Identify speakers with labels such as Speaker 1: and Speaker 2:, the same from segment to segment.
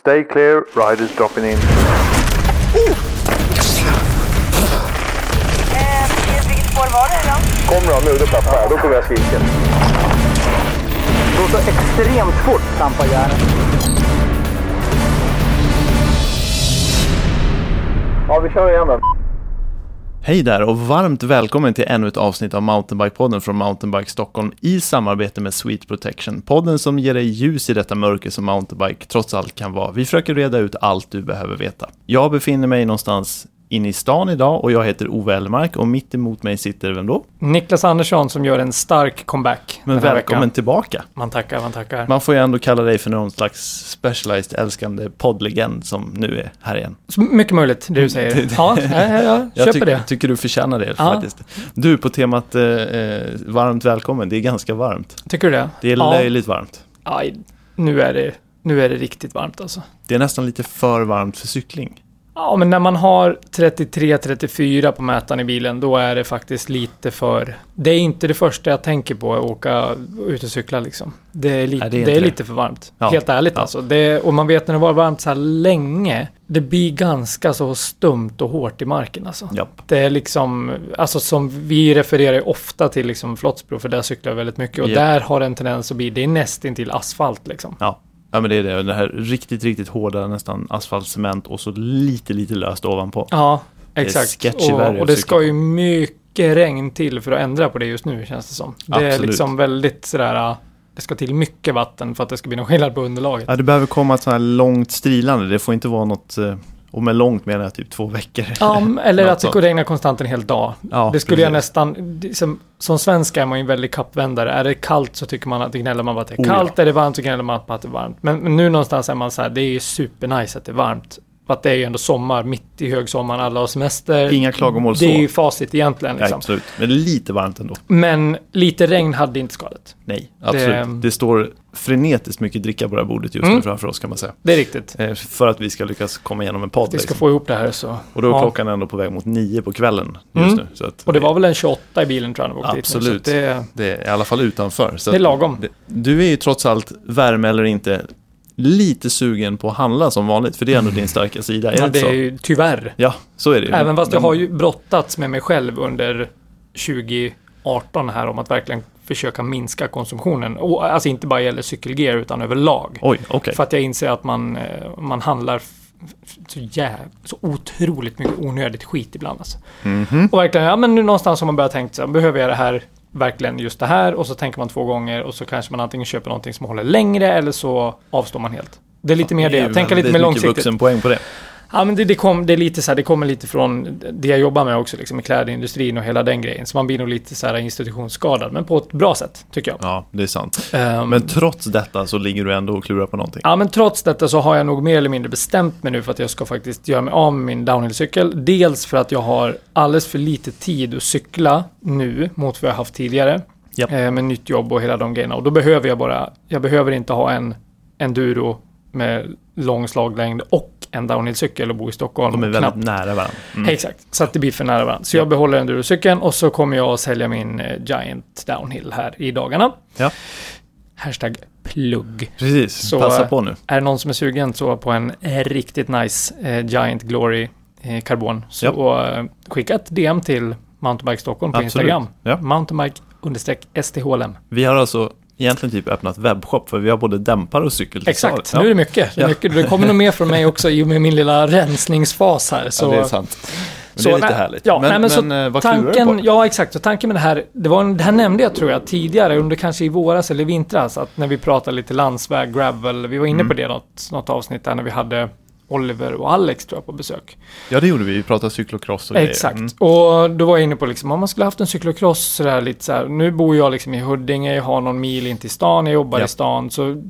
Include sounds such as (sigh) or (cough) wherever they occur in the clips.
Speaker 1: Stay clear, riders dropping in.
Speaker 2: Eh, vilket spår var det då?
Speaker 1: Kom då, nu, då tappar jag. Då kommer jag skriken.
Speaker 3: Går så extremt fort, trampar järnet.
Speaker 1: Ja, vi kör igen då.
Speaker 4: Hej där och varmt välkommen till ännu ett avsnitt av Mountainbike-podden från Mountainbike Stockholm i samarbete med Sweet Protection. Podden som ger dig ljus i detta mörker som mountainbike trots allt kan vara. Vi försöker reda ut allt du behöver veta. Jag befinner mig någonstans inne i stan idag och jag heter Ove Elmark och mitt emot mig sitter vem då?
Speaker 5: Niklas Andersson som gör en stark comeback
Speaker 4: Men
Speaker 5: den här
Speaker 4: välkommen
Speaker 5: veckan.
Speaker 4: tillbaka!
Speaker 5: Man tackar, man tackar.
Speaker 4: Man får ju ändå kalla dig för någon slags specialized älskande poddlegend som nu är här igen.
Speaker 5: Så mycket möjligt, det
Speaker 4: (laughs)
Speaker 5: du säger. Ja, ja, ja, jag
Speaker 4: Mm. Jag
Speaker 5: köper
Speaker 4: tyck-
Speaker 5: det.
Speaker 4: tycker du förtjänar det
Speaker 5: Ja.
Speaker 4: faktiskt. Du, på temat eh, eh, varmt välkommen, det är ganska varmt.
Speaker 5: Tycker du det?
Speaker 4: Det är
Speaker 5: ja.
Speaker 4: löjligt varmt.
Speaker 5: Aj, nu, är det, nu är det riktigt varmt alltså.
Speaker 4: Det är nästan lite för varmt för cykling.
Speaker 5: Ja, men när man har 33-34 på mätaren i bilen, då är det faktiskt lite för... Det är inte det första jag tänker på, att åka ut och cykla liksom. Det är, li-
Speaker 4: Nej, det är
Speaker 5: det är,
Speaker 4: inte det.
Speaker 5: lite för varmt.
Speaker 4: Ja.
Speaker 5: Helt ärligt
Speaker 4: Ja.
Speaker 5: alltså. Det, och man vet när det var varmt så här länge, det blir ganska så stumt och hårt i marken alltså.
Speaker 4: Japp.
Speaker 5: Det är liksom, alltså som vi refererar ju ofta till liksom Flottsbro, för där cyklar jag väldigt mycket. Och
Speaker 4: Ja.
Speaker 5: där har det en tendens att bli, det är nästintill asfalt liksom.
Speaker 4: Ja. ja, men det är det. Det här riktigt, riktigt hårda, nästan asfaltcement och så lite, lite löst ovanpå.
Speaker 5: Ja,
Speaker 4: är
Speaker 5: exakt.
Speaker 4: sketchy värre
Speaker 5: och, och
Speaker 4: att
Speaker 5: det
Speaker 4: cykla på.
Speaker 5: ska ju mycket regn till för att ändra på det just nu, känns det som. Det är
Speaker 4: Absolut.
Speaker 5: liksom väldigt sådär, äh, det ska till mycket vatten för att det ska bli någon skillnad på underlaget.
Speaker 4: Ja, det behöver komma ett sånt här långt strilande. Det får inte vara något, eh, och med långt menar jag typ två veckor.
Speaker 5: Ja, m- eller
Speaker 4: Något
Speaker 5: att det
Speaker 4: sånt.
Speaker 5: går regna konstant en hel dag.
Speaker 4: Ja,
Speaker 5: det skulle jag
Speaker 4: precis.
Speaker 5: nästan, det- som, som svensk är man ju en väldig kappvändare. Är det kallt så tycker man att det gnäller man på att det är
Speaker 4: Oh, ja.
Speaker 5: kallt. Är det varmt så gnäller man på att det är varmt. Men, men nu någonstans är man så här, det är ju supernice att det är varmt. För att det är ju ändå sommar, mitt i högsommaren, alla har semester.
Speaker 4: Inga klagomål
Speaker 5: Det är
Speaker 4: så.
Speaker 5: ju facit egentligen
Speaker 4: Ja,
Speaker 5: liksom.
Speaker 4: absolut. Men det är lite varmt ändå.
Speaker 5: Men lite regn hade inte skadat.
Speaker 4: Nej, absolut. Det, står frenetiskt mycket dricka på det här bordet just nu
Speaker 5: Mm.
Speaker 4: framför oss kan man säga.
Speaker 5: Det är riktigt.
Speaker 4: Eh, För att vi ska lyckas komma igenom en podd.
Speaker 5: Vi ska
Speaker 4: Liksom.
Speaker 5: få ihop det här så.
Speaker 4: Och då är
Speaker 5: Ja.
Speaker 4: klockan ändå på väg mot nio på kvällen just
Speaker 5: Mm.
Speaker 4: nu. Så att,
Speaker 5: Och det var väl en 28 i bilen tror jag när vi åkte dit nu, så
Speaker 4: Absolut.
Speaker 5: att det,
Speaker 4: Det är i alla fall utanför. Så
Speaker 5: det är
Speaker 4: att-
Speaker 5: lagom.
Speaker 4: Det- Du är ju trots allt, värme eller inte, lite sugen på att handla som vanligt. För det är ändå din starka sida, är
Speaker 5: ja,
Speaker 4: det inte
Speaker 5: det
Speaker 4: så?
Speaker 5: är ju tyvärr.
Speaker 4: Ja, så är det ju.
Speaker 5: Även fast jag
Speaker 4: Men-
Speaker 5: har ju brottats med mig själv under 2018 här om att verkligen försöka minska konsumtionen. Och, alltså inte bara gäller cykelgear utan överlag.
Speaker 4: Oj, okej.
Speaker 5: För att jag inser att man, eh, man handlar f- f- så, jäv, så otroligt mycket onödigt skit ibland. Alltså.
Speaker 4: Mhm.
Speaker 5: Och verkligen, ja men nu någonstans har man börjat tänka så här, behöver jag det här, verkligen just det här? Och så tänker man två gånger och så kanske man antingen köper någonting som håller längre eller så avstår man helt. Det är lite mer
Speaker 4: Det är ju
Speaker 5: det, tänka lite
Speaker 4: väldigt
Speaker 5: mer
Speaker 4: mycket
Speaker 5: långsiktigt.
Speaker 4: vuxenpoäng på det.
Speaker 5: Ja, men det, det, kom, det är lite så här, det kommer lite från det jag jobbar med också, liksom i klädindustrin och hela den grejen. Så man blir nog lite så här institutionsskadad, men på ett bra sätt, tycker jag.
Speaker 4: Ja, det är sant.
Speaker 5: Ehm,
Speaker 4: Men trots detta så ligger du ändå och klurar på någonting.
Speaker 5: Ja, men trots detta så har jag nog mer eller mindre bestämt mig nu för att jag ska faktiskt göra mig av med min downhillcykel. Dels för att jag har alldeles för lite tid att cykla nu mot vad jag haft tidigare.
Speaker 4: Japp.
Speaker 5: Eh, med nytt jobb och hela de grejerna. Och då behöver jag bara, jag behöver inte ha en enduro med lång slaglängd och en downhillcykel och bo i Stockholm.
Speaker 4: De är
Speaker 5: och
Speaker 4: väldigt
Speaker 5: knappt
Speaker 4: nära varandra. Mm.
Speaker 5: Exakt, så att det blir för nära varandra. Så jag behåller endurocykeln och så kommer jag att sälja min eh, Giant Downhill här i dagarna.
Speaker 4: Ja.
Speaker 5: Hashtag plugg.
Speaker 4: Precis,
Speaker 5: Så,
Speaker 4: passa
Speaker 5: eh,
Speaker 4: på nu.
Speaker 5: Är det någon som är sugen så på en eh, riktigt nice eh, Giant Glory eh, Carbon så eh, skicka ett DM till Mountainbike Stockholm på
Speaker 4: Absolut.
Speaker 5: Instagram.
Speaker 4: Ja.
Speaker 5: Mountainbike understreck STHLM.
Speaker 4: Vi har alltså egentligen typ öppnat webbshop för vi har både dämpare och cykel till
Speaker 5: Exakt,
Speaker 4: salu.
Speaker 5: nu
Speaker 4: Ja.
Speaker 5: är det mycket. Det,
Speaker 4: Ja.
Speaker 5: är mycket. det kommer nog mer från mig också i och med min lilla rensningsfas här. Så
Speaker 4: Ja, det är sant. Men
Speaker 5: Så,
Speaker 4: det är lite
Speaker 5: nej,
Speaker 4: härligt.
Speaker 5: ja,
Speaker 4: men
Speaker 5: nej, men så
Speaker 4: men, eh, vad klurar du
Speaker 5: Tanken,
Speaker 4: på?
Speaker 5: ja exakt, och tanken med det här, det, var en, det här nämnde jag tror jag tidigare under kanske i våras eller i vintras, att när vi pratade lite landsväg, gravel, vi var inne
Speaker 4: Mm.
Speaker 5: på det något, något avsnitt där när vi hade Oliver och Alex tror jag på besök.
Speaker 4: Ja, det gjorde vi. Vi pratade cyklocross och
Speaker 5: Exakt,
Speaker 4: grejer. Mm.
Speaker 5: och då var jag inne på liksom om man skulle haft en cyklocross sådär lite så här. nu bor jag liksom i Huddinge, jag har någon mil in till stan, jag jobbar
Speaker 4: Ja.
Speaker 5: i stan, så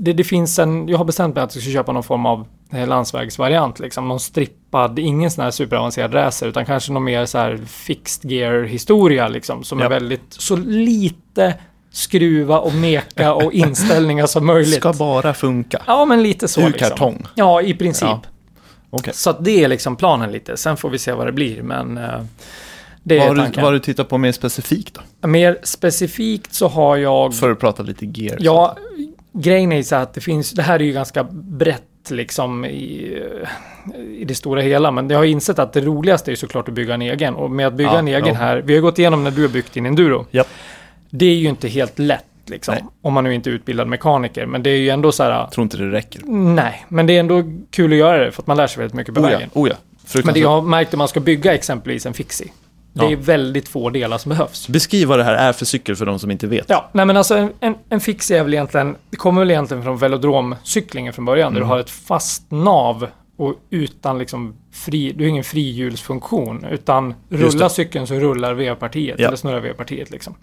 Speaker 5: det, det finns en, jag har bestämt mig att jag ska köpa någon form av eh, landsvägsvariant, liksom någon strippad, ingen sån här superavancerad racer, utan kanske någon mer så här fixed gear historia liksom, som
Speaker 4: Ja.
Speaker 5: är väldigt, så lite skruva och
Speaker 4: (laughs)
Speaker 5: meka och inställningar som möjligt.
Speaker 4: Ska bara funka.
Speaker 5: Ja, men lite så
Speaker 4: Ur
Speaker 5: liksom.
Speaker 4: kartong.
Speaker 5: Ja, i princip.
Speaker 4: Ja. Okej.
Speaker 5: Så att det är liksom planen lite. Sen får vi se vad det blir, men eh, det är
Speaker 4: Vad har, du,
Speaker 5: tanken.
Speaker 4: vad har du tittat på mer specifikt då?
Speaker 5: Mer specifikt så har jag...
Speaker 4: För att prata lite gear.
Speaker 5: ja, grejen är ju så här att det finns... Det här är ju ganska brett rätt liksom i, eh, i det stora hela. Men jag har insett att det roligaste är ju såklart att bygga en egen. Och med att bygga
Speaker 4: Ja,
Speaker 5: en egen
Speaker 4: jo.
Speaker 5: här, vi har gått igenom när du har byggt din enduro.
Speaker 4: Japp.
Speaker 5: Det är ju inte helt lätt liksom.
Speaker 4: Nej.
Speaker 5: Om man nu inte är utbildad mekaniker. Men det är ju ändå så här,
Speaker 4: Tror inte det räcker.
Speaker 5: Oh, nej. Men det är ändå kul att göra det för att man lär sig väldigt mycket på
Speaker 4: Oh ja,
Speaker 5: vägen.
Speaker 4: oh ja.
Speaker 5: Men det
Speaker 4: Fruktansvärt.
Speaker 5: jag har märkt om man ska bygga exempelvis en fixie. Det
Speaker 4: Ja.
Speaker 5: är väldigt få delar som behövs.
Speaker 4: Beskriv vad det här är för cykel för de som inte vet.
Speaker 5: Ja, nej men alltså en, en, en fix är väl egentligen, det kommer väl egentligen från velodromcyklingen från början,
Speaker 4: Mm.
Speaker 5: där du har ett fast nav och utan liksom fri, du har ingen frihjulsfunktion, utan
Speaker 4: Just
Speaker 5: rullar
Speaker 4: det.
Speaker 5: cykeln så rullar vevpartiet,
Speaker 4: Ja.
Speaker 5: eller snurrar vevpartiet liksom.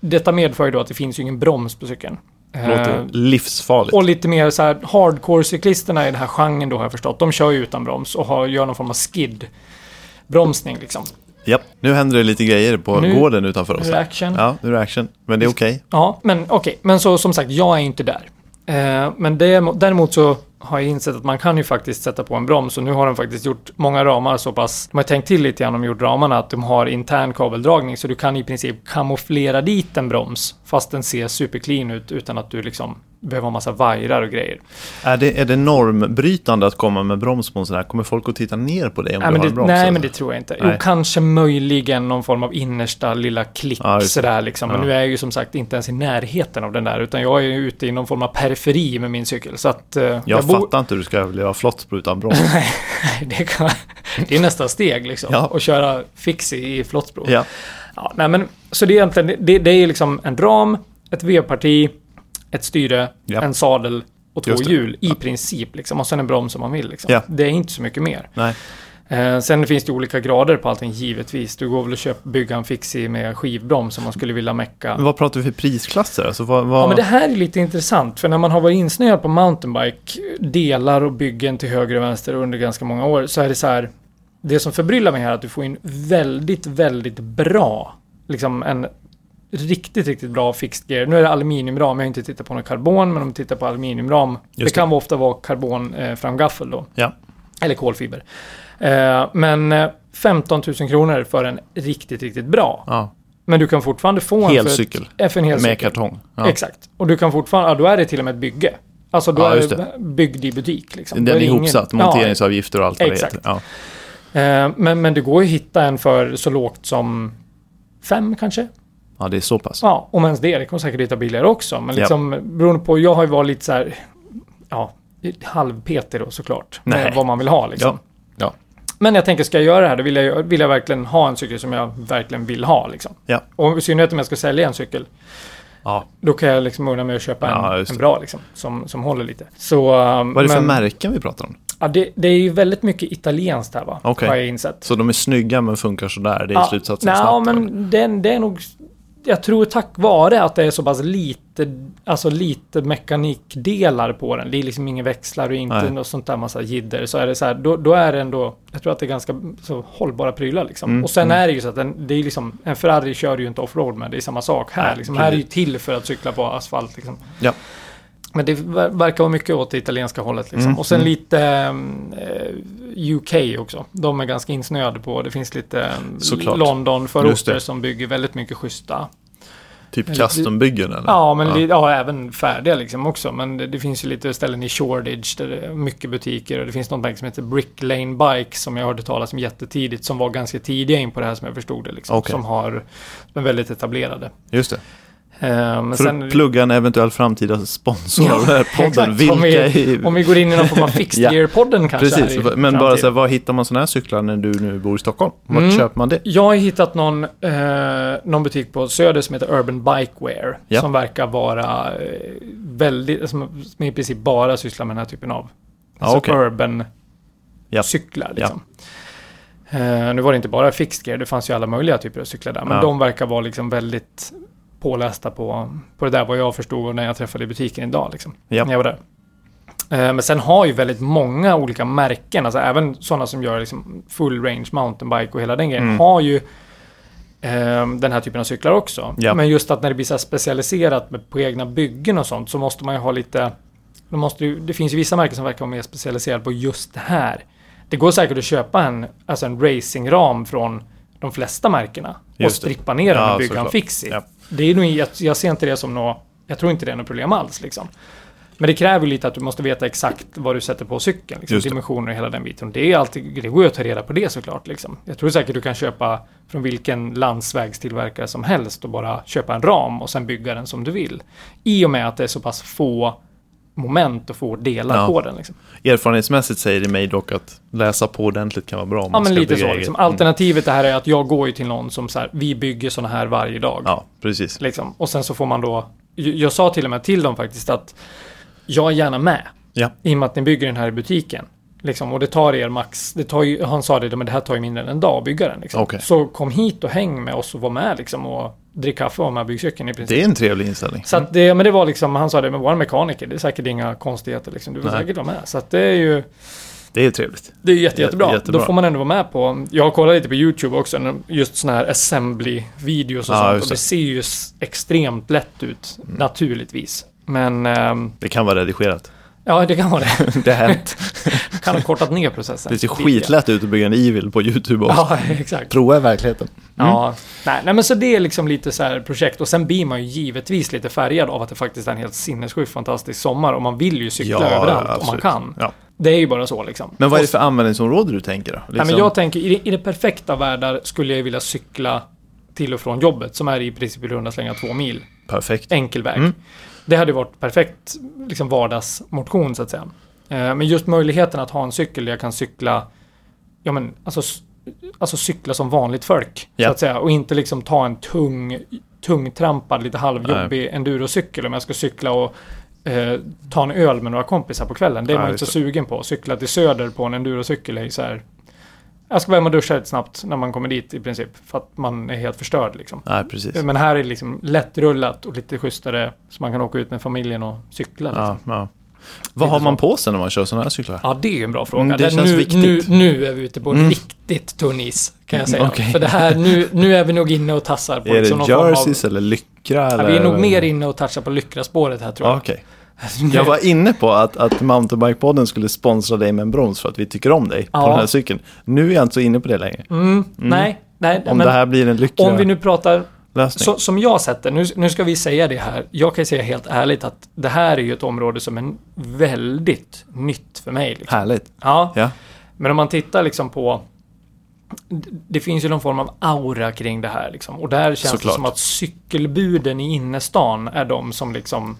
Speaker 5: Detta medför ju då att det finns ju ingen broms på cykeln.
Speaker 4: Låter
Speaker 5: Eh,
Speaker 4: livsfarligt.
Speaker 5: och lite mer så här hardcore-cyklisterna i den här genren då har jag förstått, de kör ju utan broms och har, gör någon form av skid-bromsning liksom.
Speaker 4: Japp. Nu händer det lite grejer på
Speaker 5: Nu-
Speaker 4: gården utanför oss.
Speaker 5: Nu är det
Speaker 4: här.
Speaker 5: action.
Speaker 4: Ja, nu är det action. Men det är okej.
Speaker 5: Ja, men okej. Men så som sagt, jag är ju inte där. Eh, men däremo- däremot så har jag insett att man kan ju faktiskt sätta på en broms och nu har de faktiskt gjort många ramar så pass, de har tänkt till lite grann om gjort ramarna att de har intern kabeldragning så du kan i princip kamouflera dit en broms fast den ser superclean ut utan att du liksom behöver ha massa vajrar och grejer.
Speaker 4: Är, det, är det normbrytande att komma med broms på en sån här? Kommer folk att titta ner på dig om
Speaker 5: Nej,
Speaker 4: du
Speaker 5: men
Speaker 4: har
Speaker 5: det,
Speaker 4: en broms?
Speaker 5: nej
Speaker 4: eller?
Speaker 5: men det tror jag inte. Jo,
Speaker 4: Nej.
Speaker 5: kanske möjligen någon form av innersta lilla klick
Speaker 4: Ja, just det.
Speaker 5: sådär liksom. Men
Speaker 4: Ja.
Speaker 5: nu är jag ju som sagt inte ens i närheten av den där. Utan jag är ju ute i någon form av periferi med min cykel. Så att... eh,
Speaker 4: jag
Speaker 5: bor-
Speaker 4: fattar inte hur du ska överleva flottspro utan broms.
Speaker 5: (laughs) det, kan, det är nästa steg liksom.
Speaker 4: Ja.
Speaker 5: Att köra fix i, i Flottsbro.
Speaker 4: ja.
Speaker 5: Ja, nej, men, så det är egentligen, det, det är liksom en ram, ett vevparti, ett styre,
Speaker 4: Ja.
Speaker 5: en sadel och två
Speaker 4: Just det.
Speaker 5: hjul i princip. Liksom, och sen en broms om man vill. Liksom.
Speaker 4: Ja.
Speaker 5: Det är inte så mycket mer.
Speaker 4: Nej.
Speaker 5: Eh, sen finns det olika grader på allting givetvis. Du går väl och köper, bygga en fixie med skivbroms om man skulle vilja mecka.
Speaker 4: Men vad pratar vi för prisklasser? Alltså, vad, vad...
Speaker 5: Ja, men det här är lite intressant, för när man har varit insnöad på mountainbike, delar och byggen till höger och vänster under ganska många år, så är det så här, det som förbryllar mig här är att du får in väldigt, väldigt bra, liksom en riktigt, riktigt bra fixed gear. Nu är det aluminiumram, jag har inte tittat på någon karbon, men om du tittar på aluminiumram, det,
Speaker 4: det.
Speaker 5: kan ofta vara karbonframgaffel eh, framgaffel då.
Speaker 4: Ja.
Speaker 5: Eller kolfiber. Eh, men eh, 15 000 kronor för en riktigt, riktigt bra.
Speaker 4: Ja.
Speaker 5: Men du kan fortfarande få en
Speaker 4: Hel
Speaker 5: för ett-
Speaker 4: cykel.
Speaker 5: eh, för en hel
Speaker 4: Med
Speaker 5: cykel.
Speaker 4: kartong. Ja.
Speaker 5: Exakt. Och du kan fortfarande, ja, då är det till och med ett bygge. Alltså då
Speaker 4: Ja,
Speaker 5: är
Speaker 4: just
Speaker 5: det byggd i butik. Liksom. Då
Speaker 4: Den är
Speaker 5: det ingen-
Speaker 4: ihopsatt,
Speaker 5: Ja,
Speaker 4: monteringsavgifter och allt vad det
Speaker 5: Exakt.
Speaker 4: heter. Ja.
Speaker 5: eh, men, men det går ju att hitta en för så lågt som fem kanske.
Speaker 4: ja, det är så pass.
Speaker 5: Ja, om ens det. Det kommer säkert hitta billigare också. Men
Speaker 4: Ja.
Speaker 5: liksom beroende på, jag har ju varit lite så här, ja, halvpetig då såklart.
Speaker 4: Nej.
Speaker 5: Med vad man vill ha liksom.
Speaker 4: Ja. Ja.
Speaker 5: Men jag tänker, ska jag göra det här, då vill jag, vill jag verkligen ha en cykel som jag verkligen vill ha. Liksom.
Speaker 4: Ja.
Speaker 5: Och i synnerhet om jag ska sälja en cykel,
Speaker 4: Ja.
Speaker 5: då kan jag liksom unna mig att köpa en,
Speaker 4: Ja, just
Speaker 5: en
Speaker 4: det.
Speaker 5: bra liksom, som, som håller lite. Så, um,
Speaker 4: Vad är det för
Speaker 5: men-
Speaker 4: märken vi pratar om?
Speaker 5: Ja, det, det är ju väldigt mycket italienskt här va,
Speaker 4: Okej.
Speaker 5: har jag insett.
Speaker 4: Så de är snygga men funkar sådär, det är slutsatsen
Speaker 5: nej,
Speaker 4: snabbt.
Speaker 5: men den, det är nog... Jag tror tack vare att det är så pass lite, alltså lite mekanikdelar på den. Det är liksom ingen växlar och inte
Speaker 4: Nej.
Speaker 5: något sånt där massa jidder. Så är det så här, då, då är det ändå, jag tror att det är ganska så hållbara prylar liksom.
Speaker 4: Mm,
Speaker 5: Och sen är det ju så att den, det är liksom, en Ferrari kör ju inte offroad med, det är samma sak här.
Speaker 4: Nej,
Speaker 5: liksom. Här är ju
Speaker 4: precis.
Speaker 5: till för att cykla på asfalt liksom.
Speaker 4: Ja.
Speaker 5: Men det ver- verkar vara mycket åt det italienska hållet. Liksom.
Speaker 4: Mm,
Speaker 5: Och sen
Speaker 4: mm.
Speaker 5: lite ehm, eh, UK också. De är ganska insnöade på. Det finns lite ehm,
Speaker 4: Såklart.
Speaker 5: London
Speaker 4: Just det.
Speaker 5: förorter som bygger väldigt mycket schyssta.
Speaker 4: Typ
Speaker 5: Eller-
Speaker 4: custombyggen eller?
Speaker 5: Ja, men li- Ja, även färdiga liksom också. Men det, det finns ju lite ställen i Shoreditch där det är mycket butiker. Och det finns någonting som heter Brick Lane Bike som jag hörde talas om jättetidigt. Som var ganska tidiga in på det här som jag förstod det. Liksom,
Speaker 4: Okej.
Speaker 5: Som har, som är väldigt etablerade.
Speaker 4: Just det.
Speaker 5: Eh, men
Speaker 4: För att plugga en eventuell framtida sponsor
Speaker 5: Ja,
Speaker 4: av den här podden.
Speaker 5: exakt.
Speaker 4: Vilka
Speaker 5: om, vi, om vi går in i någon form av fixed
Speaker 4: (laughs) Ja.
Speaker 5: gear-podden kanske. här
Speaker 4: Precis,
Speaker 5: i
Speaker 4: men bara
Speaker 5: framtiden.
Speaker 4: så här, var hittar man sådana här cyklar när du nu bor i Stockholm? Vart
Speaker 5: Mm.
Speaker 4: köper man det?
Speaker 5: Jag har hittat någon, eh, någon butik på Söder som heter Urban Bikewear.
Speaker 4: Ja.
Speaker 5: Som verkar vara eh, väldigt, som, som i princip bara sysslar med den här typen av
Speaker 4: Ja,
Speaker 5: alltså
Speaker 4: okej.
Speaker 5: urban
Speaker 4: Ja.
Speaker 5: cyklar.
Speaker 4: Ja.
Speaker 5: Liksom. Eh, nu var det inte bara fixed gear, det fanns ju alla möjliga typer av cyklar där. Men
Speaker 4: Ja.
Speaker 5: de verkar vara liksom väldigt pålästa på, på det där vad jag förstod och när jag träffade i butiken idag. Liksom,
Speaker 4: Ja.
Speaker 5: När jag var där. Eh, Men sen har ju väldigt många olika märken, alltså även sådana som gör liksom full range mountainbike och hela den grejen,
Speaker 4: Mm.
Speaker 5: har ju ehm, den här typen av cyklar också.
Speaker 4: Ja.
Speaker 5: Men just att när det blir så här specialiserat med, på egna byggen och sånt så måste man ju ha lite... Då måste ju, det finns ju vissa märken som verkar vara mer specialiserade på just det här. Det går säkert att köpa en, alltså en racingram från de flesta märkena och
Speaker 4: Just det.
Speaker 5: strippa ner den
Speaker 4: Ja,
Speaker 5: och bygga en
Speaker 4: såklart.
Speaker 5: fixie.
Speaker 4: Ja.
Speaker 5: Det är nog, jag, jag ser inte det som något... Jag tror inte det är något problem alls liksom. Men det kräver ju lite att du måste veta exakt vad du sätter på cykeln. Liksom,
Speaker 4: Just det.
Speaker 5: dimensioner och hela den biten. Det, är alltid, det går ju att ta reda på det såklart. Liksom. Jag tror säkert du kan köpa från vilken landsvägstillverkare som helst och bara köpa en ram och sen bygga den som du vill. I och med att det är så pass få moment och få delar
Speaker 4: Ja.
Speaker 5: på den. Liksom.
Speaker 4: Erfarenhetsmässigt säger det mig dock att läsa på ordentligt kan vara bra om
Speaker 5: Ja,
Speaker 4: man
Speaker 5: men
Speaker 4: ska
Speaker 5: lite
Speaker 4: bygga
Speaker 5: så.
Speaker 4: eget.
Speaker 5: Liksom.
Speaker 4: Mm.
Speaker 5: Alternativet det här är att jag går ju till någon som så här, vi bygger sådana här varje dag.
Speaker 4: Ja, precis.
Speaker 5: Liksom. Och sen så får man då, jag jag sa till och med till dem faktiskt att jag är gärna med.
Speaker 4: Ja.
Speaker 5: I och med att ni bygger den här i butiken. Liksom, och det tar er max, det tar ju, han sa det, men det här tar ju mindre än en dag att bygga den. Liksom.
Speaker 4: Okej.
Speaker 5: Så kom hit och häng med oss och var med liksom, och drick kaffe och var med och bygg cykeln i princip.
Speaker 4: Det är en trevlig inställning.
Speaker 5: Så att det, men det var liksom, han sa det, men vår mekaniker, det är säkert inga konstigheter liksom. Du vill
Speaker 4: Nej.
Speaker 5: säkert vara med. Så att det är ju,
Speaker 4: Det är trevligt.
Speaker 5: det är jätte, jättebra.
Speaker 4: jättebra.
Speaker 5: Då får man ändå vara med på, jag har kollat lite på YouTube också, när- just sådana här assembly-videos och
Speaker 4: Ja,
Speaker 5: sånt.
Speaker 4: just
Speaker 5: Och
Speaker 4: det. Mm.
Speaker 5: det ser ju s- extremt lätt ut, naturligtvis. Men, ehm,
Speaker 4: Det kan vara redigerat.
Speaker 5: ja det kan
Speaker 4: (laughs)
Speaker 5: vara det.
Speaker 4: Det har hänt.
Speaker 5: (laughs) kan ha kortat ner processen. (laughs)
Speaker 4: Det ser
Speaker 5: lite.
Speaker 4: skitlätt ut att bygga en evil på YouTube också.
Speaker 5: Ja, (laughs) exakt.
Speaker 4: Prova i verkligheten.
Speaker 5: Ja, nej, nej, men så det är liksom lite så här projekt och sen blir man ju givetvis lite färgad av att det faktiskt är en helt sinnessjukt fantastisk sommar och man vill ju cykla överallt om man
Speaker 4: absolut.
Speaker 5: kan.
Speaker 4: Ja.
Speaker 5: Det är ju bara så liksom.
Speaker 4: Men vad är
Speaker 5: Och
Speaker 4: det för användningsområde du tänker då?
Speaker 5: Nej, men
Speaker 4: Liksom-
Speaker 5: jag tänker, i det, i det perfekta världar skulle jag vilja cykla till och från jobbet som är i princip i runda slänga två mil
Speaker 4: Perfekt.
Speaker 5: enkel väg.
Speaker 4: Mm.
Speaker 5: Det hade varit perfekt liksom vardagsmotion så att säga. Eh, Men just möjligheten att ha en cykel där jag kan cykla, ja men alltså, s- alltså cykla som vanligt folk
Speaker 4: Ja.
Speaker 5: så att säga och inte liksom ta en tung, tungtrampad, lite halvjobbig endurocykel om jag ska cykla och eh, ta en öl med några kompisar på kvällen. Det är
Speaker 4: Ja,
Speaker 5: man ju
Speaker 4: just
Speaker 5: inte så sugen på. Cykla till söder på en endurocykel är ju så här. Jag ska börja med att duscha lite snabbt när man kommer dit i princip. För att man är helt förstörd liksom.
Speaker 4: Nej, precis.
Speaker 5: Men här är det liksom lättrullat och lite schysstare så man kan åka ut med familjen och cykla. Liksom.
Speaker 4: Ja, ja. Vad har man på sig när man kör sådana här cyklar?
Speaker 5: Ja, det är ju en bra fråga.
Speaker 4: Mm, det
Speaker 5: Där
Speaker 4: känns
Speaker 5: nu,
Speaker 4: viktigt.
Speaker 5: Nu, nu är vi ute på riktigt tunn is, kan jag säga.
Speaker 4: Mm, okej.
Speaker 5: För det här, nu, nu är vi nog inne och tassar på
Speaker 4: är
Speaker 5: liksom
Speaker 4: det
Speaker 5: någon form av-
Speaker 4: jerseys eller lycra?
Speaker 5: Ja,
Speaker 4: Eller?
Speaker 5: vi är nog mer inne och touchar på lyckraspåret här tror jag.
Speaker 4: Ja, Okej. Jag var inne på att, att Mountainbike-podden skulle sponsra dig med en broms för att vi tycker om dig på
Speaker 5: Ja.
Speaker 4: den här cykeln. Nu är jag inte så inne på det längre.
Speaker 5: (laughs) Nej, nej.
Speaker 4: Mm. Om
Speaker 5: men
Speaker 4: det här blir en lycklig
Speaker 5: om vi nu pratar
Speaker 4: lösning.
Speaker 5: Så, som jag sett det, nu, nu ska vi säga det här. Jag kan ju säga helt ärligt att det här är ju ett område som är väldigt nytt för mig. Liksom.
Speaker 4: Härligt.
Speaker 5: Ja.
Speaker 4: Ja.
Speaker 5: Men om man tittar liksom på... d- Det finns ju någon form av aura kring det här liksom. Och där känns
Speaker 4: Såklart.
Speaker 5: det som att cykelbuden i innerstan är de som liksom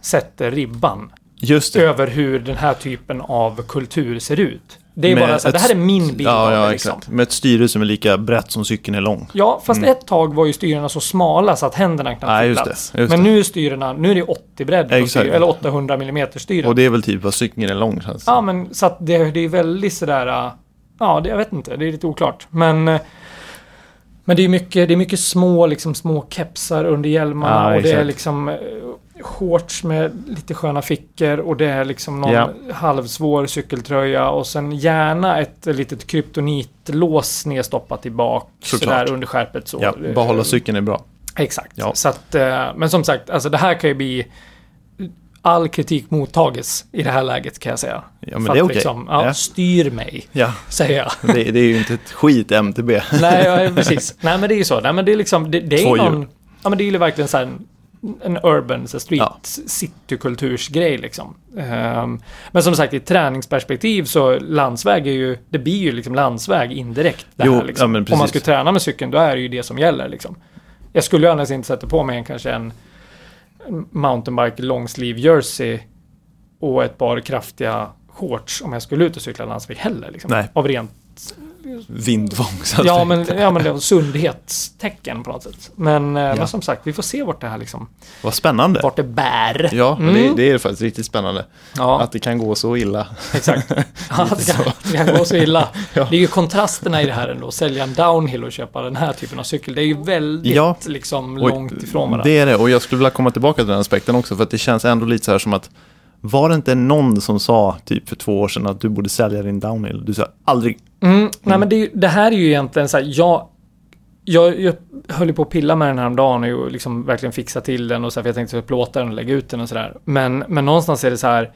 Speaker 5: sätter ribban
Speaker 4: Just det.
Speaker 5: över hur den här typen av kultur ser ut. Det är
Speaker 4: Med
Speaker 5: bara så här, det
Speaker 4: ett-
Speaker 5: här är min bild
Speaker 4: ja,
Speaker 5: av
Speaker 4: ja,
Speaker 5: det liksom.
Speaker 4: exakt. Med ett styre som är lika brett som cykeln är lång.
Speaker 5: Ja, fast ett tag var ju styrena så smala så att händerna knappt
Speaker 4: Ja,
Speaker 5: fick
Speaker 4: just
Speaker 5: plats.
Speaker 4: det, just
Speaker 5: Men
Speaker 4: det.
Speaker 5: nu är styrena, nu är det 80 bredd på
Speaker 4: Exakt.
Speaker 5: styr, eller 800 mm styren.
Speaker 4: Och det är väl typ vad cykeln är lång känns det
Speaker 5: Ja, men så att det, det är väldigt sådär... äh, Ja, det, jag vet inte. Det är lite oklart. Men... eh, Men det är mycket, det är mycket små, liksom, små kepsar under hjälmarna
Speaker 4: Ja,
Speaker 5: och det är
Speaker 4: exakt.
Speaker 5: liksom eh, shorts med lite sköna fickor och det är liksom någon
Speaker 4: Ja.
Speaker 5: halvsvår cykeltröja och sen gärna ett litet kryptonitlås nedstoppat i bak
Speaker 4: Såklart.
Speaker 5: sådär under skärpet. Så.
Speaker 4: ja,
Speaker 5: Eh,
Speaker 4: behålla cykeln är bra.
Speaker 5: Exakt.
Speaker 4: Ja.
Speaker 5: Så att, eh, men som sagt, alltså det här kan ju bli... All kritik mottages i det här läget kan jag säga.
Speaker 4: Ja, men
Speaker 5: För
Speaker 4: det är
Speaker 5: att liksom,
Speaker 4: okej.
Speaker 5: ja,
Speaker 4: Ja.
Speaker 5: Styr mig,
Speaker 4: Ja,
Speaker 5: säger jag.
Speaker 4: det, det är ju inte ett skit MTB.
Speaker 5: (laughs) Nej, ja, precis. Nej, men det är ju så. Nej, men det är liksom... Det, det är
Speaker 4: Två
Speaker 5: ju någon,
Speaker 4: djur.
Speaker 5: Ja, men det är ju verkligen så här en, en urban, så här street,
Speaker 4: Ja.
Speaker 5: citykultursgrej liksom. Ehm, men som sagt, i ett träningsperspektiv så landsväg är ju... Det blir ju liksom landsväg indirekt. Det
Speaker 4: Jo,
Speaker 5: här, liksom.
Speaker 4: ja, men
Speaker 5: Om man
Speaker 4: precis.
Speaker 5: skulle träna med cykeln, då är det ju det som gäller liksom. Jag skulle ju annars inte sätta på mig en, kanske en en mountainbike långsleeve jersey och ett par kraftiga shorts om jag skulle ut och cykla landsväg heller. Liksom.
Speaker 4: Nej.
Speaker 5: Av rent
Speaker 4: (laughs) Vindvång så att
Speaker 5: Ja
Speaker 4: säga.
Speaker 5: men, ja, men det var sundhetstecken på något sätt. Men, eh,
Speaker 4: Ja.
Speaker 5: men som sagt, vi får se vart det här liksom,
Speaker 4: Vad spännande.
Speaker 5: vart det bär.
Speaker 4: Ja, men
Speaker 5: Mm.
Speaker 4: det, det är faktiskt riktigt spännande.
Speaker 5: Ja.
Speaker 4: Att det kan gå så illa. (laughs)
Speaker 5: Exakt. Ja, det, kan, det kan gå så illa. Det är ju kontrasterna i det här ändå. Sälja en downhill och köpa den här typen av cykel. Det är ju väldigt
Speaker 4: Ja.
Speaker 5: liksom,
Speaker 4: Och
Speaker 5: långt ifrån varandra.
Speaker 4: Det är det, och jag skulle vilja komma tillbaka till den aspekten också, för att det känns ändå lite så här som att var det inte någon som sa typ för två år sedan att du borde sälja din downhill? Du sa aldrig.
Speaker 5: Mm, nej, men det, är ju- det här är ju egentligen så här, jag, jag, jag höll ju på att pilla med den här om dagen och liksom verkligen fixa till den och så här, för jag tänkte så här, plåta den och lägga ut den och sådär. Men, men någonstans är det så här,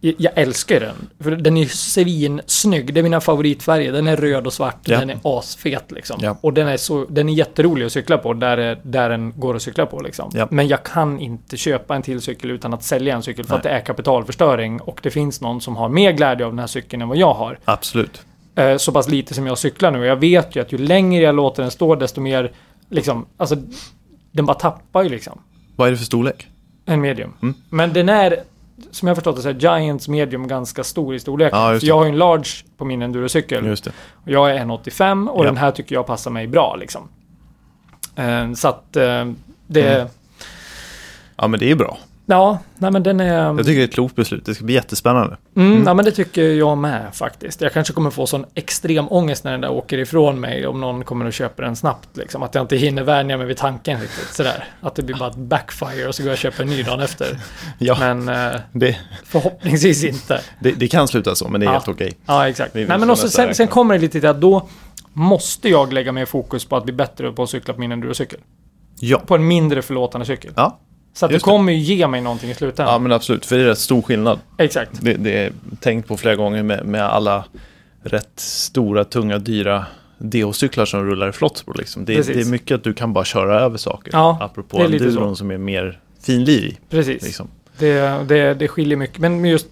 Speaker 5: jag, jag älskar ju den. För den är ju svinsnygg. Det är mina favoritfärger. Den är röd och svart.
Speaker 4: Ja.
Speaker 5: Den är asfet liksom.
Speaker 4: Ja.
Speaker 5: Och den är, så, den är jätterolig att cykla på. Där, är, där den går att cykla på liksom.
Speaker 4: Ja.
Speaker 5: Men jag kan inte köpa en till cykel utan att sälja en cykel. För att det är kapitalförstöring. Och det finns någon som har mer glädje av den här cykeln än vad jag har.
Speaker 4: Absolut.
Speaker 5: Eh, så pass lite som jag cyklar nu. Jag vet ju att ju längre jag låter den stå desto mer liksom. Alltså den bara tappar ju liksom.
Speaker 4: Vad är det för storlek?
Speaker 5: En medium.
Speaker 4: Mm.
Speaker 5: Men den är, som jag har förstått det, så är Giants medium ganska stor i storlek.
Speaker 4: Ja, just
Speaker 5: så
Speaker 4: det.
Speaker 5: jag har ju en large på min endurocykel.
Speaker 4: Just det.
Speaker 5: Och jag är 1,85 och
Speaker 4: Ja.
Speaker 5: den här tycker jag passar mig bra liksom. Eh, Så att eh, det...
Speaker 4: Mm. Ja, men det är bra.
Speaker 5: Ja, nej men den är...
Speaker 4: Jag tycker det är ett klokt beslut. Det ska bli jättespännande.
Speaker 5: Mm, Ja, men det tycker jag med faktiskt. Jag kanske kommer få sån extrem ångest när den där åker ifrån mig om någon kommer och köper den snabbt. Liksom. Att jag inte hinner vänja mig vid tanken riktigt. Sådär. Att det blir bara ett backfire och så går jag och köper en ny dagen efter.
Speaker 4: (laughs) Ja,
Speaker 5: Men eh,
Speaker 4: det,
Speaker 5: förhoppningsvis inte.
Speaker 4: det, det kan sluta så, men (laughs) det är
Speaker 5: Ja.
Speaker 4: helt okej.
Speaker 5: Ja, exakt.
Speaker 4: Vi vill
Speaker 5: Nej, men
Speaker 4: få
Speaker 5: också,
Speaker 4: nästa
Speaker 5: sen,
Speaker 4: räkna.
Speaker 5: sen kommer det lite till att då måste jag lägga mer fokus på att bli bättre på att cykla på min endurocykel.
Speaker 4: Ja.
Speaker 5: På en mindre förlåtande cykel.
Speaker 4: Ja.
Speaker 5: så att det
Speaker 4: just det.
Speaker 5: kommer ju ge mig någonting i slutändan.
Speaker 4: ja, men absolut. För det är rätt stor skillnad.
Speaker 5: Exakt.
Speaker 4: Det, det är tänkt på flera gånger med, med alla rätt stora, tunga, dyra DH-cyklar som rullar i Flottsbro. Liksom. Det,
Speaker 5: Precis.
Speaker 4: det är mycket att du kan bara köra över saker.
Speaker 5: Ja,
Speaker 4: apropå
Speaker 5: det är lite
Speaker 4: enduron som är mer finlirig.
Speaker 5: Precis.
Speaker 4: Liksom.
Speaker 5: Det, det, det skiljer mycket. Men just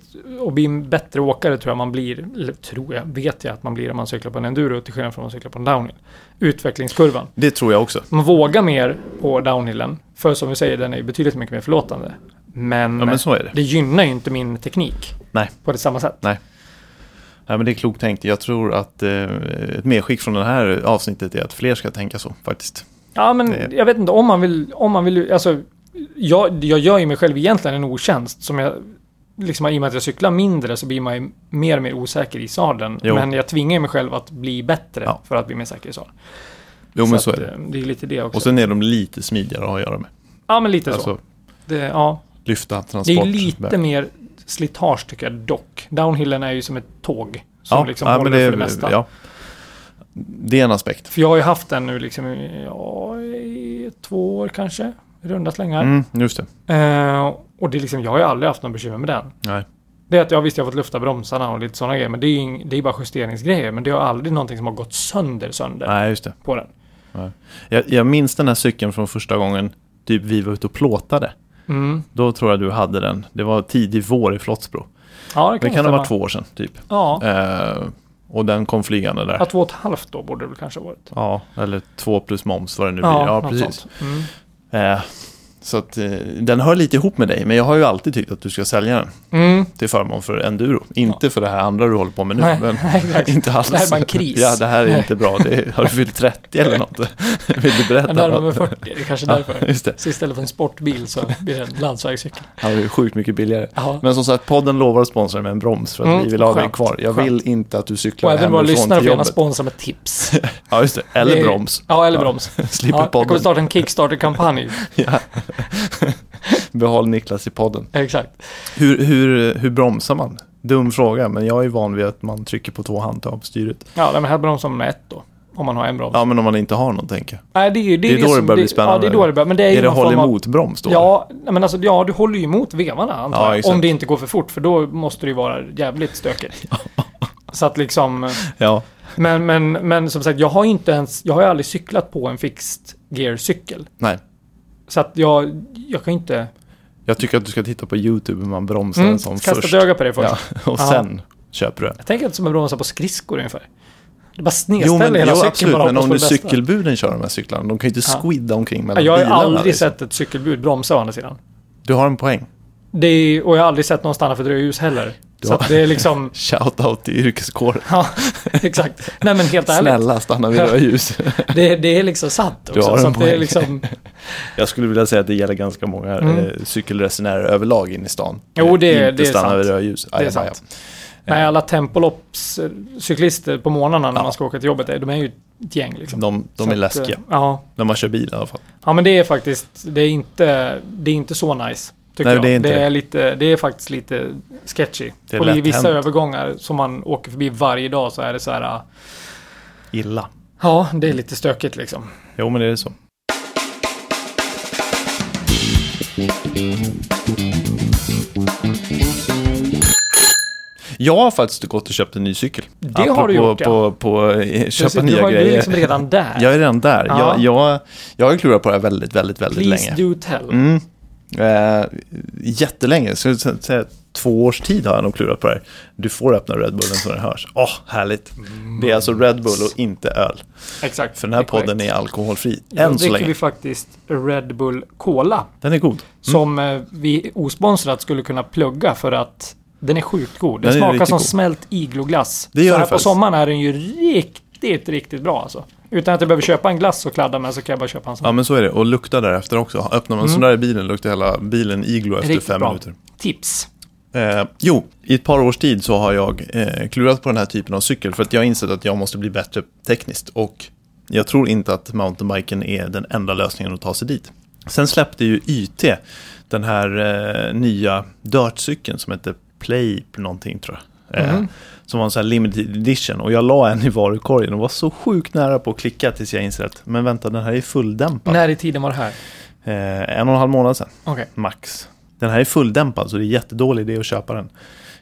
Speaker 5: att bli en bättre åkare tror jag man blir, eller tror jag, vet jag att man blir om man cyklar på en enduro till skillnad från om man cyklar på en downhill. Utvecklingskurvan.
Speaker 4: Det tror jag också.
Speaker 5: Man vågar mer på downhillen, för som vi säger den är ju betydligt mycket mer förlåtande. Men,
Speaker 4: Ja, men så är det.
Speaker 5: det gynnar ju inte min teknik
Speaker 4: Nej.
Speaker 5: på det samma sätt.
Speaker 4: Ja, men det är klokt tänkt. Jag tror att eh, ett medskick från det här avsnittet är att fler ska tänka så faktiskt.
Speaker 5: Ja, men
Speaker 4: Det-
Speaker 5: jag vet inte om man vill, om man vill, alltså, jag, jag gör ju mig själv egentligen en otjänst som jag, liksom i och med att jag cyklar mindre så blir man ju mer och mer osäker i sadeln.
Speaker 4: Jo.
Speaker 5: Men jag tvingar ju mig själv att bli bättre
Speaker 4: Ja.
Speaker 5: för att bli mer säker i sadeln.
Speaker 4: Jo, men så,
Speaker 5: att,
Speaker 4: är det.
Speaker 5: eh, Det är lite det också.
Speaker 4: Och sen är de lite smidigare att ha att göra med.
Speaker 5: ja, men lite så.
Speaker 4: Alltså
Speaker 5: Det, ja.
Speaker 4: lyfta,
Speaker 5: det
Speaker 4: transport.
Speaker 5: är lite mer slitage tycker jag dock. Downhillen är ju som ett tåg som liksom håller för det mesta.
Speaker 4: Ja. Det är en aspekt.
Speaker 5: För jag har ju haft den nu liksom i, ja, i två år kanske, i runda slängar.
Speaker 4: Mm, just det.
Speaker 5: Eh, och det är liksom, jag har ju aldrig haft några bekymmer med den.
Speaker 4: Nej.
Speaker 5: Det är att jag visst jag har fått lufta bromsarna och lite sådana grejer. Men det är ju ing- det är bara justeringsgrejer. Men det är aldrig någonting som har gått sönder sönder
Speaker 4: Nej, just det.
Speaker 5: på den.
Speaker 4: Jag, jag minns den här cykeln från första gången typ vi var ute och plåtade.
Speaker 5: Mm.
Speaker 4: Då tror jag du hade den. Det var tidig vår i Flottsbro.
Speaker 5: Ja, det kan,
Speaker 4: Det kan ha
Speaker 5: stämma.
Speaker 4: varit två år sedan typ.
Speaker 5: Ja.
Speaker 4: Eh, och den kom flygande där.
Speaker 5: ja, två och ett halvt då borde det väl kanske ha varit.
Speaker 4: Ja, eller två plus moms vad det nu blir. Ja,
Speaker 5: något
Speaker 4: precis.
Speaker 5: sånt. Mm.
Speaker 4: Eh, så att eh, den hör lite ihop med dig, men jag har ju alltid tyckt att du ska sälja den
Speaker 5: Mm.
Speaker 4: till förmån för enduro. Inte för det här andra du håller på med nu. (laughs)
Speaker 5: Nej, (laughs)
Speaker 4: men
Speaker 5: nej, exakt.
Speaker 4: inte alls.
Speaker 5: Det här är bara en kris.
Speaker 4: Ja, det här är inte bra. Det är, har du fyllt 30 eller något? Vill du berätta?
Speaker 5: Den där
Speaker 4: något?
Speaker 5: med 40, det är
Speaker 4: (laughs)
Speaker 5: kanske
Speaker 4: Ja,
Speaker 5: därför.
Speaker 4: just det.
Speaker 5: Så istället för en sportbil så blir det en landsvägscykel.
Speaker 4: Han är ju sjukt mycket billigare.
Speaker 5: Ja.
Speaker 4: Men som sagt, podden lovar att sponsra med en broms för att
Speaker 5: Mm,
Speaker 4: vi vill ha dig
Speaker 5: skönt,
Speaker 4: kvar. Jag
Speaker 5: skönt.
Speaker 4: vill inte att du
Speaker 5: Och
Speaker 4: cyklar
Speaker 5: även våra
Speaker 4: hemifrån
Speaker 5: lyssnare
Speaker 4: till
Speaker 5: får gärna
Speaker 4: jobbet.
Speaker 5: sponsra med tips.
Speaker 4: Ja, just det. (laughs) Eller
Speaker 5: Det är-
Speaker 4: broms.
Speaker 5: Ja, eller
Speaker 4: Ja.
Speaker 5: broms.
Speaker 4: Slipper
Speaker 5: Ja, jag kommer
Speaker 4: podden.
Speaker 5: starta
Speaker 4: (laughs)
Speaker 5: en Kickstarter-kampanj.
Speaker 4: Ja. Behåll Niklas i podden.
Speaker 5: Exakt.
Speaker 4: Hur, hur, hur bromsar man? Dum fråga, men jag är van vid att man trycker på två handtag på styret.
Speaker 5: Ja, men här bromsar man med ett då. Om man har en broms.
Speaker 4: Ja, men om man inte har någon, tänker jag.
Speaker 5: Nej, det är ju
Speaker 4: Det är då det
Speaker 5: som-
Speaker 4: börjar bli spännande.
Speaker 5: Ja, det är då det börjar. Men det är, ju
Speaker 4: Är det
Speaker 5: någon form
Speaker 4: håll
Speaker 5: av-
Speaker 4: emot-broms då?
Speaker 5: Ja, nej, men alltså, ja, du håller ju emot vevarna
Speaker 4: Ja,
Speaker 5: antar jag.
Speaker 4: exakt.
Speaker 5: Om det inte går för fort, för då måste det ju vara
Speaker 4: (laughs)
Speaker 5: jävligt stökigt. Så att liksom,
Speaker 4: Ja,
Speaker 5: men, men, men som sagt, jag har ju inte ens, jag har ju aldrig cyklat på en fixed gear-cykel.
Speaker 4: nej.
Speaker 5: Så att jag, jag kan ju inte...
Speaker 4: Jag tycker att du ska titta på YouTube hur man bromsar
Speaker 5: Mm,
Speaker 4: en sån
Speaker 5: kasta
Speaker 4: först.
Speaker 5: ett öga på det först.
Speaker 4: Ja, (laughs) och
Speaker 5: Ja.
Speaker 4: sen köper du en.
Speaker 5: Jag tänker att det är som att bromsa på skridskor ungefär. Det bara
Speaker 4: Jo,
Speaker 5: snedställer
Speaker 4: men,
Speaker 5: hela
Speaker 4: jo
Speaker 5: cykeln
Speaker 4: absolut,
Speaker 5: bara
Speaker 4: men
Speaker 5: hoppas
Speaker 4: om
Speaker 5: på
Speaker 4: nu
Speaker 5: det bästa.
Speaker 4: cykelbuden kör de här cyklarna, de kan ju inte
Speaker 5: Ja.
Speaker 4: squidda omkring mellan
Speaker 5: Ja, Jag har ju
Speaker 4: bilarna.
Speaker 5: aldrig
Speaker 4: liksom.
Speaker 5: sett ett cykelbud bromsa å andra sidan.
Speaker 4: Du har en poäng.
Speaker 5: Det är, och jag har aldrig sett någon stanna för dröjljus heller. Så
Speaker 4: har-
Speaker 5: att det
Speaker 4: (laughs)
Speaker 5: är liksom...
Speaker 4: Shoutout till yrkeskåren.
Speaker 5: Ja, exakt. Nej men helt ärligt.
Speaker 4: Snälla, stanna vid
Speaker 5: Ja.
Speaker 4: röda
Speaker 5: (laughs)
Speaker 4: ljus.
Speaker 5: Det, det är liksom sant
Speaker 4: Du har
Speaker 5: också. Så
Speaker 4: en
Speaker 5: att det är
Speaker 4: poäng. (laughs)
Speaker 5: liksom,
Speaker 4: Jag skulle vilja säga att det gäller ganska många eh, cykelresenärer överlag in i stan.
Speaker 5: Mm.
Speaker 4: Eh,
Speaker 5: Jo, det-
Speaker 4: Inte
Speaker 5: det är
Speaker 4: stanna
Speaker 5: sant.
Speaker 4: vid röda ljus.
Speaker 5: det är sant. Nej, alla tempoloppscyklister på morgnarna när man ska åka till jobbet, de är ju ett gäng liksom.
Speaker 4: De, de
Speaker 5: Så
Speaker 4: är
Speaker 5: att,
Speaker 4: läskiga.
Speaker 5: eh, Ja.
Speaker 4: När man kör bil i alla fall.
Speaker 5: ja, men det är faktiskt, det är inte, det är inte så nice. Tycker
Speaker 4: Nej,
Speaker 5: jag.
Speaker 4: det är inte
Speaker 5: det,
Speaker 4: det.
Speaker 5: är lite, det är faktiskt lite sketchy.
Speaker 4: Det är
Speaker 5: och i
Speaker 4: lätt
Speaker 5: vissa
Speaker 4: hänt.
Speaker 5: övergångar som man åker förbi varje dag så är det så här, ah,
Speaker 4: Illa.
Speaker 5: ja, det är lite stökigt liksom.
Speaker 4: Jo, men det är så. Jag har faktiskt gått och köpt en ny cykel.
Speaker 5: Det har du
Speaker 4: Apropå
Speaker 5: gjort, ja.
Speaker 4: på, på, eh, köpa
Speaker 5: du,
Speaker 4: nya
Speaker 5: har- Du
Speaker 4: grejer.
Speaker 5: är liksom redan där.
Speaker 4: (laughs) Jag är redan där.
Speaker 5: Ja.
Speaker 4: Jag, jag, jag har ju klurat på det här väldigt, väldigt, väldigt
Speaker 5: Please
Speaker 4: länge.
Speaker 5: do tell.
Speaker 4: Mm. Eh, jättelänge, så, så, så, två års tid har jag nog klurat på det här. Du får öppna Red Bullen så den hörs. Åh, härligt. Det är alltså Red Bull och inte öl.
Speaker 5: Exakt.
Speaker 4: För den här
Speaker 5: Exakt.
Speaker 4: podden är alkoholfri,
Speaker 5: Då
Speaker 4: än så
Speaker 5: dricker vi
Speaker 4: länge.
Speaker 5: faktiskt Red Bull Cola.
Speaker 4: Den är god.
Speaker 5: Som
Speaker 4: Mm.
Speaker 5: eh, vi osponsrat skulle kunna plugga för att den är sjukt god. Den,
Speaker 4: Den är
Speaker 5: smakar
Speaker 4: riktigt
Speaker 5: som
Speaker 4: god.
Speaker 5: smält igloglass.
Speaker 4: Det gör
Speaker 5: så
Speaker 4: den
Speaker 5: här på
Speaker 4: faktiskt.
Speaker 5: sommaren är den ju riktigt, riktigt bra alltså. Utan att jag behöver köpa en glass och kladda med så kan jag bara köpa en sån.
Speaker 4: Ja, men så är det. Och lukta därefter också. Öppnar man sån där i bilen luktar hela bilen iglo efter
Speaker 5: Mm. Riktigt
Speaker 4: fem
Speaker 5: bra.
Speaker 4: minuter.
Speaker 5: Tips.
Speaker 4: Eh, jo, i ett par års tid så har jag eh, klurat på den här typen av cykel för att jag har insett att jag måste bli bättre tekniskt och jag tror inte att mountainbiken är den enda lösningen att ta sig dit. Sen släppte ju YT den här eh, nya dirtcykeln som heter Play någonting tror jag. Eh,
Speaker 5: Mhm.
Speaker 4: Som var en sån här limited edition och jag la en i varukorgen och var så sjukt nära på att klicka tills jag insåg att men vänta den här är fulldämpad.
Speaker 5: När i tiden var det här?
Speaker 4: Eh, en och en halv månad sedan
Speaker 5: Okej.
Speaker 4: max. Den här är fulldämpad så det är jättedålig idé att köpa den.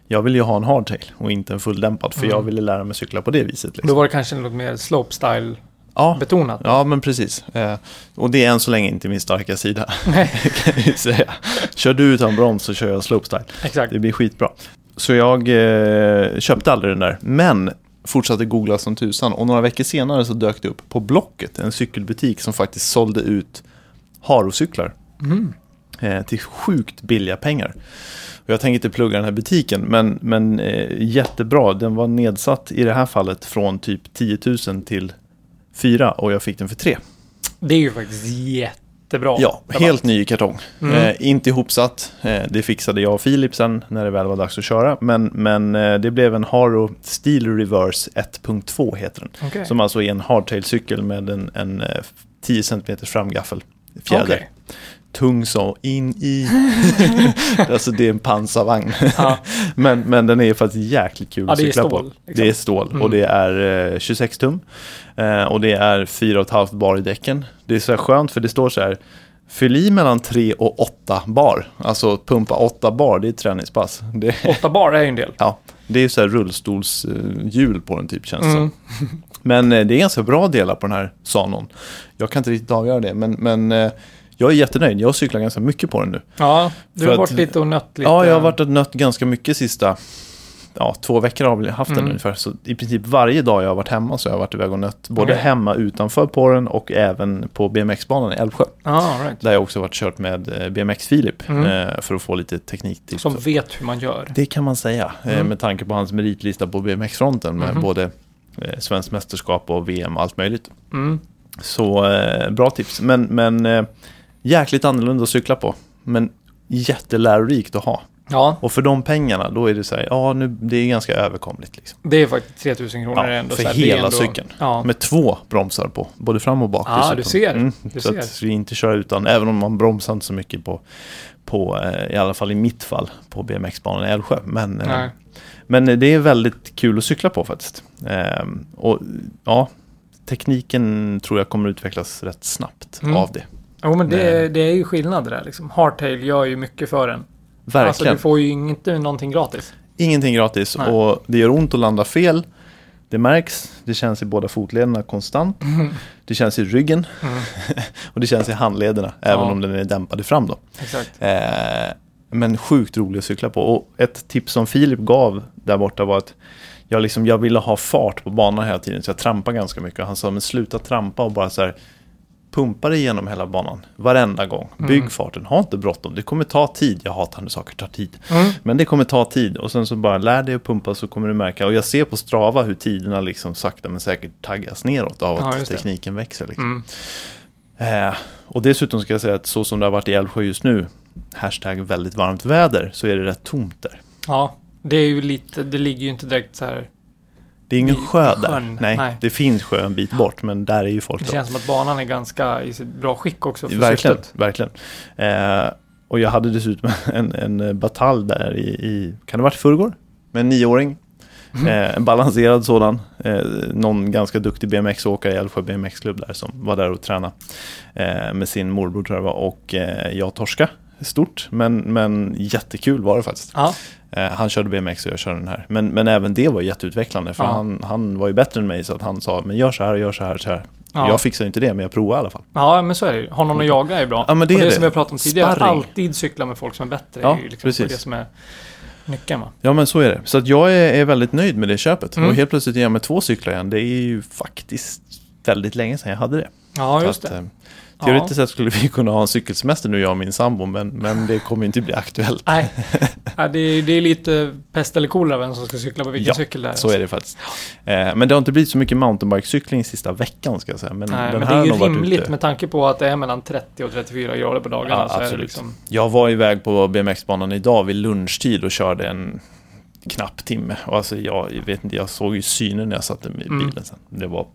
Speaker 4: Jag vill ju ha en hardtail och inte en fulldämpad för jag ville lära mig cykla på det viset.
Speaker 5: Då
Speaker 4: Liksom.
Speaker 5: var det kanske något mer slopestyle-betonat.
Speaker 4: Ja. ja, men precis. Eh, och det är än så länge inte min starka sida. (laughs) kan jag ju säga. Kör du utan broms så kör jag slopestyle.
Speaker 5: (laughs) Exakt.
Speaker 4: Det blir skitbra. Så jag eh, köpte aldrig den där, men fortsatte googla som tusan. Och några veckor senare så dök det upp på Blocket, en cykelbutik som faktiskt sålde ut Haro-cyklar. Eh, till sjukt billiga pengar. Och jag tänker inte plugga den här butiken, men, men eh, jättebra. Den var nedsatt i det här fallet från typ 10 000 till 4 och jag fick den för 3.
Speaker 5: Det är ju faktiskt jättebra.
Speaker 4: Ja,
Speaker 5: rabatt.
Speaker 4: helt ny i kartong. Eh, inte ihopsatt. Eh, det fixade jag och Filip sen när det väl var dags att köra. Men, men eh, det blev en Haro Steel Reverse 1.2 heter den.
Speaker 5: Okej.
Speaker 4: Som alltså är en hardtail-cykel med en, en eh, 10 cm framgaffel. Fjäder.
Speaker 5: Okej.
Speaker 4: Tung så in
Speaker 5: (laughs)
Speaker 4: i. alltså det är en pansarvagn.
Speaker 5: Ja.
Speaker 4: (laughs) men, men den är faktiskt jäkligt kul
Speaker 5: Ja,
Speaker 4: att
Speaker 5: det är
Speaker 4: cykla på.
Speaker 5: stål, liksom.
Speaker 4: Det är stål och det är eh, 26 tum. Eh, och det är 4,5 bar i däcken. Det är så här skönt för det står så här. Fyll i mellan 3 och 8 bar. Alltså pumpa 8 bar, det är ett träningspass. Det,
Speaker 5: Åtta bar är ju en del.
Speaker 4: ja, det är så här rullstolshjul på den typ känns det
Speaker 5: Mm.
Speaker 4: som. Men eh, det är ganska bra delar på den här, sa någon. Jag kan inte riktigt avgöra det, men, men eh, jag är jättenöjd. Jag cyklar ganska mycket på den nu.
Speaker 5: Ja, du
Speaker 4: För
Speaker 5: har
Speaker 4: att-
Speaker 5: varit lite och nött lite.
Speaker 4: Ja, jag har varit och nött ganska mycket sista ja, två veckor har jag haft
Speaker 5: Mm.
Speaker 4: den ungefär. Så i princip varje dag jag har varit hemma så har jag varit iväg och nött. Både
Speaker 5: Okej.
Speaker 4: hemma utanför på den och även på BMX-banan i Älvsjö.
Speaker 5: Ja, all right.
Speaker 4: Där jag också varit kört med eh, BMX-Filip eh, för att få lite tekniktips.
Speaker 5: Mm. Som vet hur man gör.
Speaker 4: Det kan man säga eh,
Speaker 5: Mm.
Speaker 4: med tanke på hans meritlista på BMX-fronten
Speaker 5: Mhm.
Speaker 4: med både eh, svenskt mästerskap och VM och allt möjligt.
Speaker 5: Mm.
Speaker 4: Så eh, bra tips. Men, men eh, jäkligt annorlunda att cykla på. Men jättelärorikt att ha.
Speaker 5: Ja,
Speaker 4: Och för de pengarna, då är det så här, ja nu, det är ganska överkomligt. Liksom.
Speaker 5: det är faktiskt 3000 kronor
Speaker 4: Ja,
Speaker 5: är ändå.
Speaker 4: för
Speaker 5: så här, det är
Speaker 4: hela
Speaker 5: ändå,
Speaker 4: cykeln.
Speaker 5: Ja,
Speaker 4: Med två bromsar på, både fram och bak.
Speaker 5: Ah,
Speaker 4: dessutom.
Speaker 5: du ser, du
Speaker 4: så
Speaker 5: ser.
Speaker 4: att vi inte kör utan, även om man bromsar inte så mycket på, på eh, i alla fall i mitt fall, på BMX-banan i Älvsjö. Men, eh,
Speaker 5: Nej.
Speaker 4: men eh, det är väldigt kul att cykla på faktiskt. Ehm, och ja, tekniken tror jag kommer utvecklas rätt snabbt
Speaker 5: Mm.
Speaker 4: av det.
Speaker 5: Jo, men det,
Speaker 4: Nej.
Speaker 5: det är ju skillnad det där liksom. Hardtail gör ju mycket för en.
Speaker 4: Verkligen.
Speaker 5: Alltså du får ju inte någonting gratis.
Speaker 4: Ingenting gratis
Speaker 5: Nej.
Speaker 4: och det gör ont att landa fel. Det märks, det känns i båda fotlederna konstant.
Speaker 5: Mm.
Speaker 4: Det känns i ryggen (laughs) och det känns i handlederna, även
Speaker 5: Ja.
Speaker 4: om den är dämpad i fram då.
Speaker 5: Exakt.
Speaker 4: Eh, men sjukt rolig att cykla på. Och ett tips som Filip gav där borta var att jag, liksom, jag ville ha fart på banan hela tiden, så jag trampade ganska mycket. Och han sa, men sluta trampa och bara så här, pumpa dig igenom hela banan varenda gång.
Speaker 5: Mm.
Speaker 4: Bygg farten, ha inte bråttom. Det kommer ta tid. Jag hatar när saker tar tid.
Speaker 5: Mm.
Speaker 4: Men det kommer ta tid och sen så bara lär dig att pumpa så kommer du märka. Och jag ser på Strava hur tiderna liksom sakta men säkert taggas neråt av
Speaker 5: Ja,
Speaker 4: att
Speaker 5: just det.
Speaker 4: tekniken växer.
Speaker 5: Mm.
Speaker 4: Liksom. Eh, och dessutom ska jag säga att så som det har varit i Älvsjö just nu, hashtag väldigt varmt väder, så är det rätt tomt där.
Speaker 5: Ja, det är ju lite, det ligger ju inte direkt så här.
Speaker 4: Det är ingen
Speaker 5: I
Speaker 4: sjö där.
Speaker 5: sjön,
Speaker 4: Nej,
Speaker 5: nej.
Speaker 4: det finns sjö en bit bort, men där är ju folk.
Speaker 5: Det
Speaker 4: då.
Speaker 5: känns som att banan är ganska i sitt bra skick också. För
Speaker 4: Verkligen,
Speaker 5: syftet.
Speaker 4: verkligen. Eh, och jag hade dessutom (laughs) en, en eh, batalj där i, i kan det ha varit förrgår? Med en nioåring.
Speaker 5: Mhm.
Speaker 4: Eh, en balanserad sådan. Eh, någon ganska duktig BMX-åkare i Älvsjö BMX-klubb där som var där och tränade. Eh, med sin morbror tror jag det var. Och eh, jag torska stort. Men, men jättekul var det faktiskt.
Speaker 5: Ja,
Speaker 4: Eh, han körde BMX och jag körde den här. Men, men även det var jätteutvecklande för
Speaker 5: Ja.
Speaker 4: han, han var ju bättre än mig så att han sa men gör så här och gör så här. Så här.
Speaker 5: Ja.
Speaker 4: Jag fixar ju inte det men jag provar i alla fall.
Speaker 5: Ja, men så är det ju. Ha någon att jaga är bra.
Speaker 4: Ja, men det
Speaker 5: och
Speaker 4: är
Speaker 5: det,
Speaker 4: det.
Speaker 5: som vi har pratat om tidigare, att
Speaker 4: Sparring.
Speaker 5: alltid cykla med folk som är bättre.
Speaker 4: Ja,
Speaker 5: är ju liksom
Speaker 4: precis.
Speaker 5: det som är nyckeln va?
Speaker 4: Ja men så är det. Så att jag är, är väldigt nöjd med det köpet.
Speaker 5: Mm.
Speaker 4: Och helt plötsligt är jag med två cyklar igen. Det är ju faktiskt väldigt länge sedan jag hade det.
Speaker 5: Ja, just
Speaker 4: så att,
Speaker 5: det.
Speaker 4: eh, Teoretiskt sett skulle vi kunna ha en cykelsemester nu jag och min sambo men, men det kommer ju inte bli
Speaker 5: (laughs)
Speaker 4: aktuellt. (laughs)
Speaker 5: Nej, ja, det, är, det är lite pest eller kolera vem som ska cykla på vilken
Speaker 4: Ja,
Speaker 5: cykel det är.
Speaker 4: Så är det faktiskt. Eh, Men det har inte blivit så mycket mountainbike-cykling sista veckan ska jag säga. Men
Speaker 5: Nej,
Speaker 4: den
Speaker 5: men
Speaker 4: här
Speaker 5: det är ju
Speaker 4: har varit
Speaker 5: rimligt
Speaker 4: ute.
Speaker 5: med tanke på att det är mellan 30 och 34 grader på dagarna.
Speaker 4: Ja,
Speaker 5: så är det
Speaker 4: absolut.
Speaker 5: liksom,
Speaker 4: Jag var iväg på BMX-banan idag vid lunchtid och körde en knapp timme. Och alltså jag, jag vet inte, jag såg ju synen när jag satte mig i
Speaker 5: Mm.
Speaker 4: bilen sen. Det var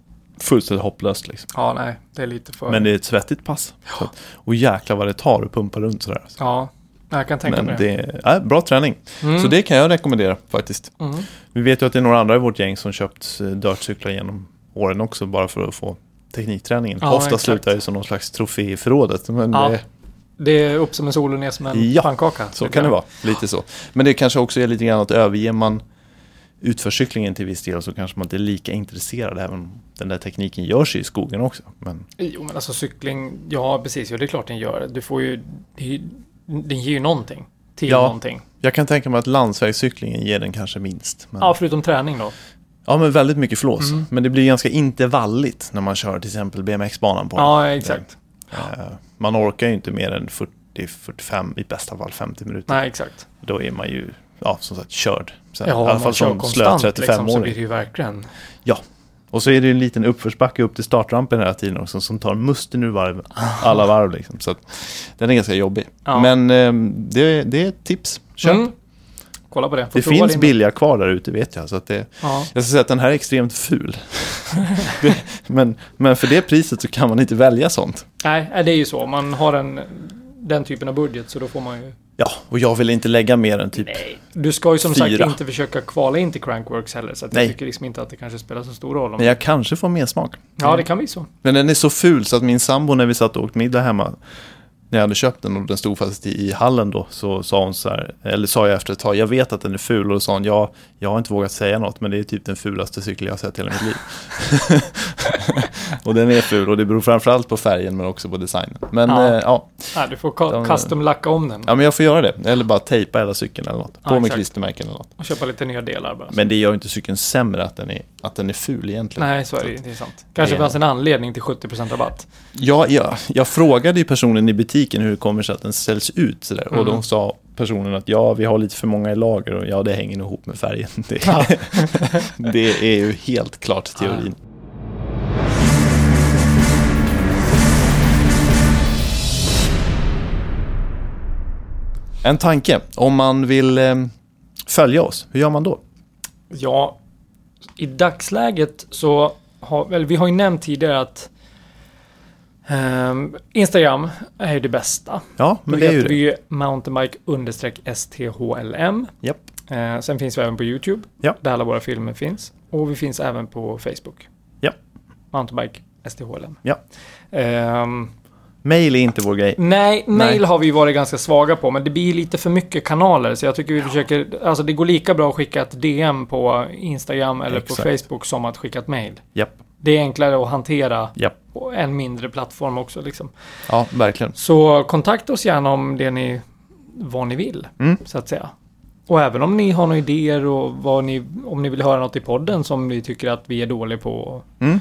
Speaker 4: fullständigt hopplöst liksom.
Speaker 5: ja, nej, det är lite för...
Speaker 4: Men det är ett svettigt pass. Så att, och jäklar vad det tar att pumpa runt sådär. alltså.
Speaker 5: Ja, jag kan tänka
Speaker 4: Men
Speaker 5: mig det.
Speaker 4: det är äh, bra träning.
Speaker 5: Mm.
Speaker 4: Så det kan jag rekommendera faktiskt.
Speaker 5: Mm.
Speaker 4: Vi vet ju att det är några andra i vårt gäng som köpt eh, dirtcyklar genom åren också bara för att få teknikträningen.
Speaker 5: Ja,
Speaker 4: Ofta
Speaker 5: exakt.
Speaker 4: slutar det som någon slags trofé i förrådet. Men
Speaker 5: Ja,
Speaker 4: det,
Speaker 5: Det är upp som en sol och ner som en
Speaker 4: Ja,
Speaker 5: pannkaka.
Speaker 4: så kan det vara. Lite så. Men det kanske också är lite grann att överger man utförscyklingen till viss del så kanske man inte är lika intresserad. Även om den där tekniken görs ju i skogen också. Men
Speaker 5: Jo, men alltså cykling, ja precis, ja, det är klart den gör. Du får ju, det, är ju- den ger ju någonting till
Speaker 4: Ja.
Speaker 5: någonting.
Speaker 4: jag kan tänka mig att landsvägscyklingen ger den kanske minst. Men...
Speaker 5: Ja, Mm. förutom träning då.
Speaker 4: Ja, men väldigt mycket flås. Men det blir ganska intervalligt när man kör till exempel BMX-banan på
Speaker 5: Ja, exakt.
Speaker 4: den. Eh, Man orkar ju inte mer än 40-45, i bästa fall 50 minuter.
Speaker 5: Nej, exakt.
Speaker 4: Då är man ju, ja, som sagt, körd. Sen,
Speaker 5: Ja,
Speaker 4: I alla fall som slö 35-åring.
Speaker 5: liksom, så blir det ju verkligen...
Speaker 4: Ja. Och så är det ju en liten uppförsbacke upp till startrampen hela tiden också som tar musten ur varv, alla varv. Liksom. Så att, den är ganska jobbig.
Speaker 5: Ja.
Speaker 4: Men ehm, det, det är ett tips. Köp.
Speaker 5: Mm. Kolla på det. Får
Speaker 4: Det
Speaker 5: prova
Speaker 4: finns
Speaker 5: din-
Speaker 4: billiga kvar där ute vet jag. Så att det,
Speaker 5: Ja.
Speaker 4: Jag ska säga att den här är extremt (laughs) ful. det, men, men för det priset så kan man inte välja sånt.
Speaker 5: Nej, nej, det är ju så. Man har en, den typen av budget så då får man ju...
Speaker 4: Ja, och jag vill inte lägga mer än typ...
Speaker 5: Du ska ju som
Speaker 4: Fyra.
Speaker 5: sagt inte försöka kvala in till Crankworks heller. Så att
Speaker 4: Nej.
Speaker 5: jag tycker liksom inte att det kanske spelar så stor roll. Om...
Speaker 4: Men jag kanske får mer smak.
Speaker 5: Ja, det kan bli så.
Speaker 4: Men den är så ful så att min sambo när vi satt och åt middag hemma när jag hade köpt den och den stod fast i, i hallen då så sa hon så här, eller sa jag efter ett tag, jag vet att den är ful och då sa hon, ja, jag har inte vågat säga något men det är typ den fulaste cykel jag har sett i hela mitt liv. (laughs) och den är ful och det beror framförallt på färgen men också på designen. Men
Speaker 5: Ja.
Speaker 4: ja, eh, ja.
Speaker 5: Nej, du får
Speaker 4: De-
Speaker 5: ka- custom-lacka om den
Speaker 4: ja men jag får göra det, eller bara tejpa hela cykeln eller något, på
Speaker 5: Ja,
Speaker 4: med
Speaker 5: exakt.
Speaker 4: klistermärken eller något.
Speaker 5: och köpa lite nya delar bara.
Speaker 4: Men det gör ju inte cykeln sämre att den är, att den är ful egentligen.
Speaker 5: Nej, så är det ju. Det är sant. Kanske
Speaker 4: Det-
Speaker 5: fanns en anledning till 70% rabatt.
Speaker 4: Ja, ja, jag frågade ju personen i butiken hur det kommer sig att den säljs ut sådär.
Speaker 5: Mm.
Speaker 4: Och då sa personen att ja, vi har lite för många i lager och ja, det hänger nog ihop med färgen. (laughs) Det, det är ju helt klart teorin. En tanke, om man vill eh, följa oss, hur gör man då?
Speaker 5: Ja, i dagsläget så har, väl, vi har ju nämnt tidigare att ehm, Instagram är ju det bästa.
Speaker 4: Ja,
Speaker 5: Då
Speaker 4: men det är ju
Speaker 5: heter vi
Speaker 4: det.
Speaker 5: ju mountainbike understreck sthlm.
Speaker 4: Japp.
Speaker 5: Eh, sen finns vi även på YouTube,
Speaker 4: Ja.
Speaker 5: där alla våra filmer finns. Och vi finns även på Facebook.
Speaker 4: Ja.
Speaker 5: Mountainbike STHLM.
Speaker 4: Ja.
Speaker 5: Ehm,
Speaker 4: Mail är inte vår grej.
Speaker 5: Nej, mail
Speaker 4: Nej.
Speaker 5: har vi varit ganska svaga på, men det blir lite för mycket kanaler. Så jag tycker vi försöker, alltså det går lika bra att skicka ett DM på Instagram eller på
Speaker 4: Exakt.
Speaker 5: Facebook som att skicka ett mail.
Speaker 4: Japp,
Speaker 5: Det är enklare att hantera
Speaker 4: japp.
Speaker 5: på en mindre plattform också. Liksom.
Speaker 4: Ja, verkligen. (laughs)
Speaker 5: Så kontakta oss gärna om det ni, vad ni vill,
Speaker 4: Mm.
Speaker 5: så att säga. Och även om ni har några idéer och vad ni, om ni vill höra något i podden som ni tycker att vi är dåliga på.
Speaker 4: Mm.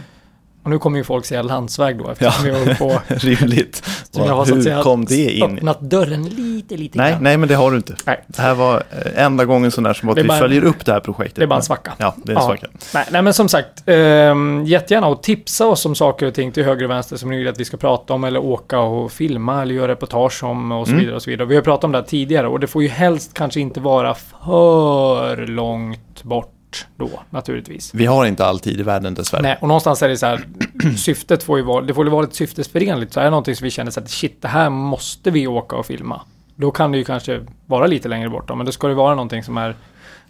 Speaker 5: Och nu kommer ju folk säga landsväg då, eftersom
Speaker 4: Ja.
Speaker 5: vi
Speaker 4: (laughs)
Speaker 5: håller på
Speaker 4: Rimligt.
Speaker 5: Så jag har så att
Speaker 4: Hur
Speaker 5: säga
Speaker 4: kom det in?
Speaker 5: öppnat dörren lite, lite
Speaker 4: Nej,
Speaker 5: grann.
Speaker 4: nej, men det har du inte.
Speaker 5: Nej.
Speaker 4: Det här var eh, enda gången sån här som att
Speaker 5: Det är
Speaker 4: vi
Speaker 5: bara-
Speaker 4: följer upp det här projektet.
Speaker 5: Det är bara en svacka.
Speaker 4: Ja, det är en
Speaker 5: Ja.
Speaker 4: svacka.
Speaker 5: Nej, nej men som sagt, ehm, jättegärna och tipsa oss om saker och ting till höger och vänster som ni vill att vi ska prata om eller åka och filma eller göra reportage om och så
Speaker 4: Mm.
Speaker 5: vidare och så vidare. Vi har pratat om det här tidigare och det får ju helst kanske inte vara för långt bort då naturligtvis.
Speaker 4: Vi har inte all tid i världen dessvärre.
Speaker 5: Nej, och någonstans är det så här, (clears throat) syftet får ju vara, det får ju vara lite syftesförenligt. Så är det någonting som vi känner så här, shit, det här måste vi åka och filma. Då kan det ju kanske vara lite längre bort då, men då ska det vara någonting som är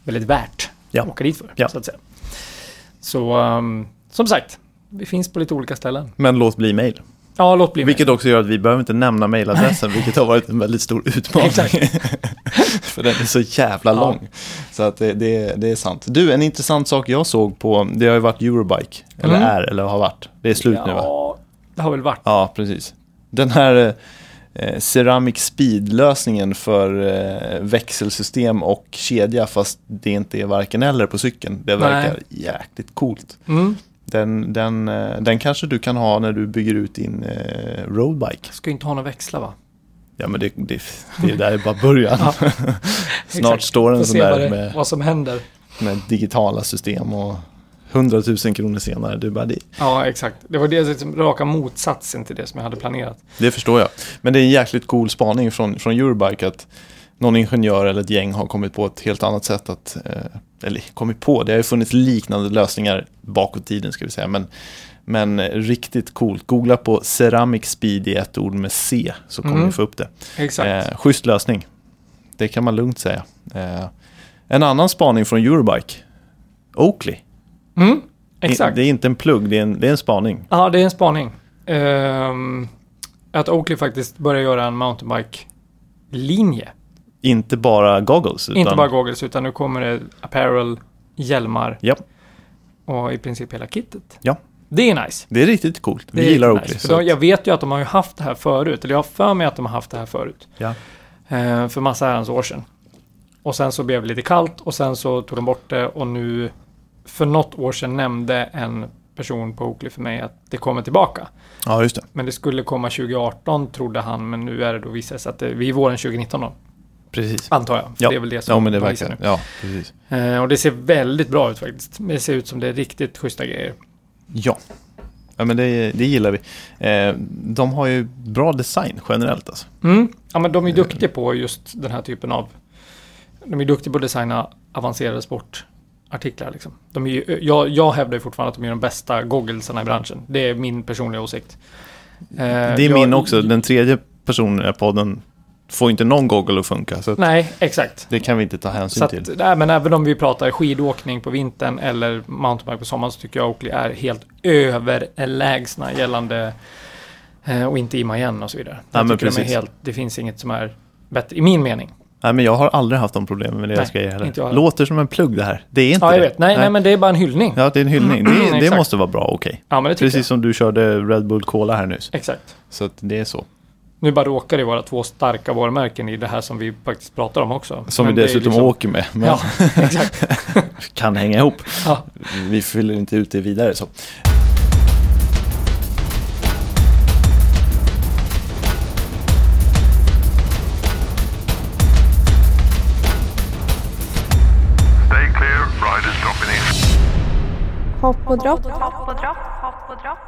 Speaker 5: väldigt värt
Speaker 4: Ja.
Speaker 5: att åka dit för,
Speaker 4: Ja.
Speaker 5: så att säga. Så, ehm, som sagt, vi finns på lite olika ställen.
Speaker 4: Men låt bli mejl.
Speaker 5: Ja, låt bli
Speaker 4: Vilket också gör att vi behöver inte nämna mailadressen, vilket har varit en väldigt stor utmaning. (laughs) För den är så jävla
Speaker 5: Ja.
Speaker 4: lång. Så att det, det, det är sant. Du, en intressant sak jag såg på, det har ju varit Eurobike, eller
Speaker 5: Mm.
Speaker 4: är, eller har varit. Det är slut nu va?
Speaker 5: Ja, det har väl varit.
Speaker 4: Ja, precis. Den här eh, Ceramic Speed-lösningen för eh, växelsystem och kedja, fast det inte är varken eller på cykeln. Det
Speaker 5: Nej.
Speaker 4: verkar jäkligt coolt.
Speaker 5: Mm.
Speaker 4: Den, den, eh, den kanske du kan ha när du bygger ut din eh, roadbike.
Speaker 5: Ska ju inte ha några växlar va?
Speaker 4: Ja men det, det, det där är bara början.
Speaker 5: (laughs)
Speaker 4: (laughs)
Speaker 5: Ja.
Speaker 4: Snart står en
Speaker 5: Får
Speaker 4: sån
Speaker 5: se vad,
Speaker 4: där
Speaker 5: det,
Speaker 4: med,
Speaker 5: vad som händer.
Speaker 4: med digitala system och 100 000 kronor senare. Du bara, det,
Speaker 5: Ja, exakt. Det var det liksom raka motsatsen till det som jag hade planerat.
Speaker 4: det förstår jag. Men det är en jäkligt cool spaning från, från Eurobike att någon ingenjör eller ett gäng har kommit på ett helt annat sätt att, eh, eller kommit på, det har ju funnits liknande lösningar bakåt i tiden ska vi säga, men, men eh, riktigt coolt. Googla på Ceramic Speed i ett ord med C så kommer
Speaker 5: Mm.
Speaker 4: ni få upp det.
Speaker 5: Exakt.
Speaker 4: Eh, schysst lösning. Det kan man lugnt säga. Eh, en annan spaning från Eurobike. Oakley.
Speaker 5: Mm,
Speaker 4: I-
Speaker 5: exakt.
Speaker 4: Det är inte en plugg, det är en, det är en spaning.
Speaker 5: Ja, det är en spaning. Ehm, att Oakley faktiskt börjar göra en mountainbike-linje.
Speaker 4: Inte bara goggles. Utan,
Speaker 5: Inte bara goggles, utan nu kommer det apparel, hjälmar
Speaker 4: Ja,
Speaker 5: och i princip hela kittet.
Speaker 4: ja,
Speaker 5: Det är nice.
Speaker 4: det är riktigt coolt.
Speaker 5: Det
Speaker 4: Vi
Speaker 5: är
Speaker 4: gillar
Speaker 5: nice,
Speaker 4: Oakley.
Speaker 5: För
Speaker 4: så
Speaker 5: de, jag
Speaker 4: att-
Speaker 5: vet ju att de har ju haft det här förut, eller jag har för mig att de har haft det här förut.
Speaker 4: ja.
Speaker 5: eh, för massa herrans år sedan. Och sen så blev det lite kallt och sen så tog de bort det och nu för något år sedan nämnde en person på Oakley för mig att det kommer tillbaka.
Speaker 4: ja, just det.
Speaker 5: Men det skulle komma 2018 trodde han, men nu är det då visar det sig att det, vi är våren 2019 då,
Speaker 4: Precis.
Speaker 5: antar jag. För
Speaker 4: Ja.
Speaker 5: Det är väl det som
Speaker 4: ja, men det
Speaker 5: de visar
Speaker 4: verkar. Ja, precis.
Speaker 5: nu. Eh, och det ser väldigt bra ut faktiskt. Det ser ut som det är riktigt schyssta grejer.
Speaker 4: Ja. Ja, men det, det gillar vi. Eh, de har ju bra design generellt alltså.
Speaker 5: Mm. Ja, men de är duktiga på just den här typen av... De är duktiga på att designa avancerade sportartiklar. Liksom. De är ju, jag, jag hävdar ju fortfarande att de är de bästa gogglesarna i branschen. Det är min personliga åsikt. Eh, det
Speaker 4: Det är min också. Den tredje personen i den här podden får inte någon goggle att funka. Så att
Speaker 5: Nej, exakt.
Speaker 4: det kan vi inte ta hänsyn
Speaker 5: Så att,
Speaker 4: till.
Speaker 5: nej, men även om vi pratar skidåkning på vintern eller mountainbike på sommaren så tycker jag Oakley är helt överlägsna gällande eh, och inte imma igen och så vidare.
Speaker 4: Ja, men
Speaker 5: jag tycker de är
Speaker 4: precis.
Speaker 5: helt, det finns inget som är bättre, i min mening.
Speaker 4: Nej, men jag har aldrig haft de problemen med deras
Speaker 5: Nej,
Speaker 4: grejer
Speaker 5: inte jag
Speaker 4: heller.
Speaker 5: heller.
Speaker 4: Låter som en plugg det här. Det är inte
Speaker 5: Ja, jag
Speaker 4: det.
Speaker 5: vet. Nej, nej. men det är bara en hyllning. Ja,
Speaker 4: Ja, det är en hyllning.
Speaker 5: (clears throat)
Speaker 4: Det, det
Speaker 5: Exakt.
Speaker 4: måste vara bra, okej.
Speaker 5: men det tycker
Speaker 4: Precis
Speaker 5: jag.
Speaker 4: som du körde Red Bull Cola här nyss.
Speaker 5: Exakt.
Speaker 4: Så att det är så.
Speaker 5: Nu bara råkar det vara två starka varumärken i det här som vi faktiskt pratar om också.
Speaker 4: Som
Speaker 5: Men
Speaker 4: vi
Speaker 5: det är
Speaker 4: dessutom
Speaker 5: liksom-
Speaker 4: åker med, men
Speaker 5: Ja, (laughs) exakt.
Speaker 4: (laughs) kan hänga ihop.
Speaker 5: Ja.
Speaker 4: Vi fyller inte ut det vidare så.
Speaker 1: Stay clear, riders dropping in.
Speaker 6: Hopp och dropp.
Speaker 2: Hopp och dropp, hopp och dropp.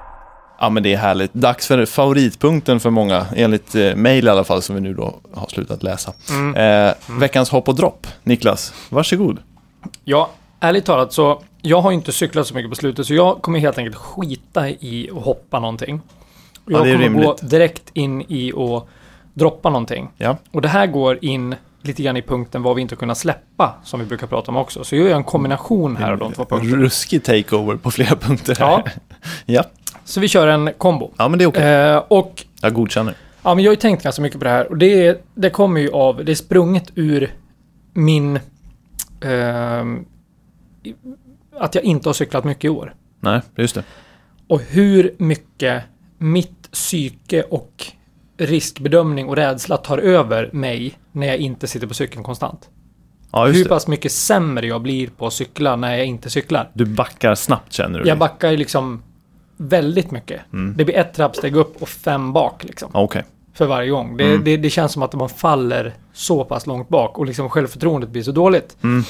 Speaker 4: Ja, men det är härligt. Dags för favoritpunkten för många, enligt eh, mejl i alla fall, som vi nu då har slutat läsa.
Speaker 5: Mm.
Speaker 4: Eh, veckans hopp och dropp, Niklas. Varsågod.
Speaker 5: ja, ärligt talat så jag har ju inte cyklat så mycket på slutet så jag kommer helt enkelt skita i att hoppa någonting. Jag
Speaker 4: det är
Speaker 5: kommer gå
Speaker 4: rimligt.
Speaker 5: direkt in i att droppa någonting.
Speaker 4: Ja,
Speaker 5: Och det här går in lite grann i punkten vad vi inte har kunnat släppa som vi brukar prata om också. Så jag gör en kombination här av de två punkterna.
Speaker 4: ruskig takeover på flera punkter här.
Speaker 5: Ja.
Speaker 4: (laughs) ja.
Speaker 5: Så vi kör en kombo.
Speaker 4: ja, men det är okej.
Speaker 5: Eh, och
Speaker 4: Jag godkänner.
Speaker 5: Ja, men jag har ju tänkt ganska mycket på det här och det, det kommer ju av, det är sprunget ur min... ehm, i- att jag inte har cyklat mycket i år.
Speaker 4: Nej, just det.
Speaker 5: Och hur mycket mitt psyke och riskbedömning och rädsla tar över mig när jag inte sitter på cykeln konstant.
Speaker 4: Ja,
Speaker 5: Hur
Speaker 4: just det.
Speaker 5: pass mycket sämre jag blir på att cykla när jag inte cyklar.
Speaker 4: Du backar snabbt känner du.
Speaker 5: Jag
Speaker 4: dig.
Speaker 5: backar ju liksom väldigt mycket.
Speaker 4: Mm.
Speaker 5: Det blir ett trappsteg upp och fem bak liksom.
Speaker 4: Ja, Okej.
Speaker 5: för varje gång. Det,
Speaker 4: Mm.
Speaker 5: det, det känns som att man faller så pass långt bak och liksom självförtroendet blir så dåligt.
Speaker 4: Mm.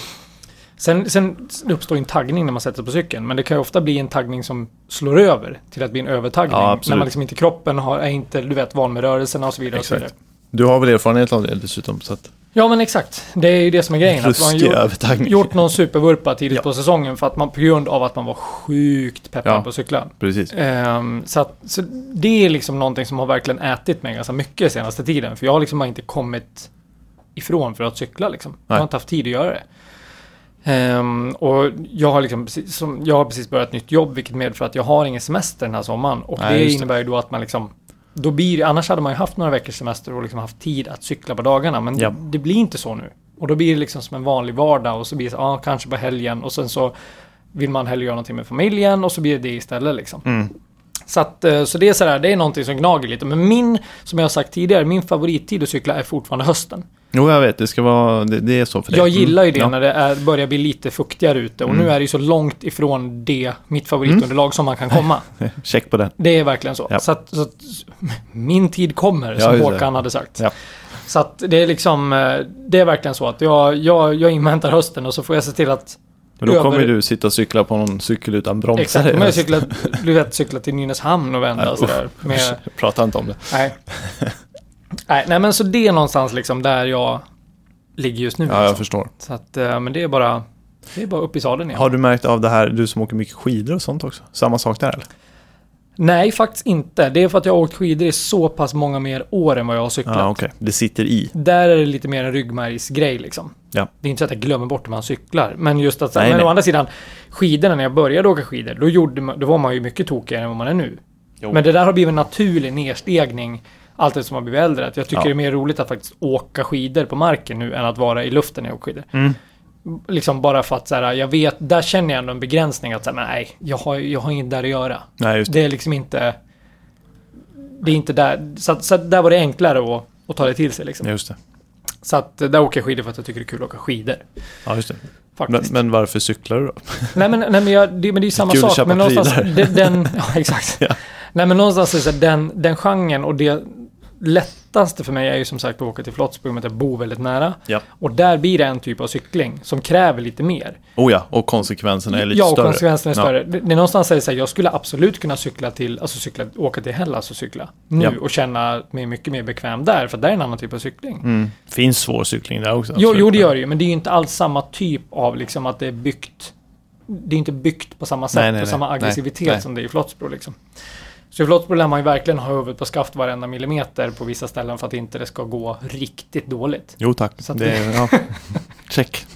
Speaker 5: Sen, sen uppstår ju en taggning när man sätter sig på cykeln, men det kan ju ofta bli en taggning som slår över till att bli en övertaggning.
Speaker 4: Ja, absolut.
Speaker 5: när man liksom inte kroppen har, är inte du vet, van med rörelserna och så vidare. Och så
Speaker 4: Exakt.
Speaker 5: vidare.
Speaker 4: Du har väl erfarenhet av det dessutom? Så att...
Speaker 5: Ja men exakt, det är ju det som är grejen. Att man
Speaker 4: Ruskig övertaggning.
Speaker 5: gjort någon supervurpa tidigt
Speaker 4: Ja.
Speaker 5: på säsongen för att man på grund av att man var sjukt peppad
Speaker 4: Ja.
Speaker 5: på cyklar.
Speaker 4: Precis.
Speaker 5: Ehm, så, att, så det är liksom någonting som har verkligen ätit mig ganska mycket senaste tiden. För jag har liksom bara inte kommit ifrån för att cykla liksom. Jag
Speaker 4: Nej.
Speaker 5: har inte haft tid att göra det. Ehm, och jag har, liksom, precis- som, jag har precis börjat ett nytt jobb vilket medför att jag har ingen semester den här sommaren. Och
Speaker 4: Nej,
Speaker 5: det
Speaker 4: just det.
Speaker 5: innebär ju då att man liksom Då blir, det- annars hade man ju haft några veckors semester och liksom haft tid att cykla på dagarna. Men
Speaker 4: Ja.
Speaker 5: det, det blir inte så nu. Och då blir det liksom som en vanlig vardag och så blir det ja, ah, kanske på helgen och sen så vill man hellre göra någonting med familjen och så blir det det istället liksom.
Speaker 4: Mm.
Speaker 5: Så, att, eh, så det är sådär, det är någonting som gnager lite. Men min, som jag har sagt tidigare, min favorittid att cykla är fortfarande hösten.
Speaker 4: Jo, jag vet. Det, ska vara, det, det är så för dig.
Speaker 5: Jag gillar ju det
Speaker 4: Mm.
Speaker 5: när det är, börjar bli lite fuktigare ute och nu är det ju så långt ifrån det, mitt favoritunderlag,
Speaker 4: Mm.
Speaker 5: som man kan komma.
Speaker 4: Ja. (laughs) Check på den.
Speaker 5: Det är verkligen så.
Speaker 4: Ja.
Speaker 5: Så, att, så att min tid kommer,
Speaker 4: Ja,
Speaker 5: som
Speaker 4: just det.
Speaker 5: Håkan hade sagt.
Speaker 4: Ja.
Speaker 5: Så att det är liksom, eh, det är verkligen så att jag, jag, jag inväntar hösten och så får jag se till att
Speaker 4: Men då
Speaker 5: över-
Speaker 4: kommer du sitta och cykla på någon cykel utan bromsar.
Speaker 5: Exakt, då kommer
Speaker 4: (laughs)
Speaker 5: jag cykla, du vet, cykla till Nynäshamn och vända och sådär. Med,
Speaker 4: Prata inte om det.
Speaker 5: nej. nej. Nej, men så det är någonstans liksom där jag ligger just nu.
Speaker 4: Ja, jag
Speaker 5: liksom.
Speaker 4: förstår.
Speaker 5: Så att, eh, men det är bara, det är bara upp i sadeln igen.
Speaker 4: Har du märkt av det här, du som åker mycket skidor och sånt också? Samma sak där eller?
Speaker 5: Nej, faktiskt inte. Det är för att jag har åkt skidor i så pass många mer år än vad jag har cyklat.
Speaker 4: Ja, okej. Det sitter i.
Speaker 5: Där är det lite mer en ryggmärgsgrej liksom.
Speaker 4: Ja.
Speaker 5: Det är inte så att jag glömmer bort hur man cyklar. Men just att,
Speaker 4: Nej,
Speaker 5: men
Speaker 4: nej.
Speaker 5: å andra sidan, skidorna när jag började åka skidor, då, gjorde man, då var man ju mycket tokigare än vad man är nu.
Speaker 4: Jo.
Speaker 5: Men det där har blivit en naturlig nedstegning allt eftersom man blivit äldre. Att jag tycker
Speaker 4: Ja.
Speaker 5: det är mer roligt att faktiskt åka skidor på marken nu än att vara i luften när jag åker skidor.
Speaker 4: Mm.
Speaker 5: Liksom bara för att så här, jag vet, där känner jag ändå en begränsning att så här, men nej, jag har, jag har inget där att göra.
Speaker 4: Nej, just det.
Speaker 5: Det är liksom inte... Det är inte där. Så, att- så att där var det enklare att, att ta det till sig liksom.
Speaker 4: Just det.
Speaker 5: Så att eh, där åker jag skidor för att jag tycker det är kul att åka skidor.
Speaker 4: Ja, just det. Men,
Speaker 5: Faktiskt.
Speaker 4: men varför cyklar du då?
Speaker 5: nej men, nej, men, jag, det, men det är ju samma
Speaker 4: Kul att
Speaker 5: sak.
Speaker 4: köpa
Speaker 5: Men någonstans,
Speaker 4: prylar.
Speaker 5: den, den,
Speaker 4: (laughs)
Speaker 5: ja, exakt.
Speaker 4: Ja.
Speaker 5: Nej men någonstans är det så här, den, den genren och det lättaste för mig är ju som sagt att åka till Flottsbro i och med att jag bor väldigt nära.
Speaker 4: Ja.
Speaker 5: Och där blir det en typ av cykling som kräver lite mer.
Speaker 4: Oh ja, och konsekvenserna är lite
Speaker 5: ja, och
Speaker 4: större.
Speaker 5: konsekvenserna är
Speaker 4: Ja.
Speaker 5: större. Det, det är någonstans är det så här, jag skulle absolut kunna cykla till, alltså cykla, åka till Hellas och cykla nu
Speaker 4: Ja.
Speaker 5: och känna mig mycket mer bekväm där, för där är en annan typ av cykling.
Speaker 4: Finns svår cykling där också?
Speaker 5: Jo,
Speaker 4: absolut.
Speaker 5: jo, det gör det ju, men det är ju inte alls samma typ av liksom att det är byggt. Det är inte byggt på samma sätt
Speaker 4: Nej, nej,
Speaker 5: och
Speaker 4: nej.
Speaker 5: samma
Speaker 4: Nej,
Speaker 5: aggressivitet
Speaker 4: nej.
Speaker 5: som det är i Flottsbro liksom. Så i Flottsbro lär man ju verkligen ha huvudet på skaft varenda millimeter på vissa ställen för att inte det ska gå riktigt dåligt.
Speaker 4: Jo tack.
Speaker 5: Så att
Speaker 4: det, är-
Speaker 5: (laughs)
Speaker 4: ja. Check.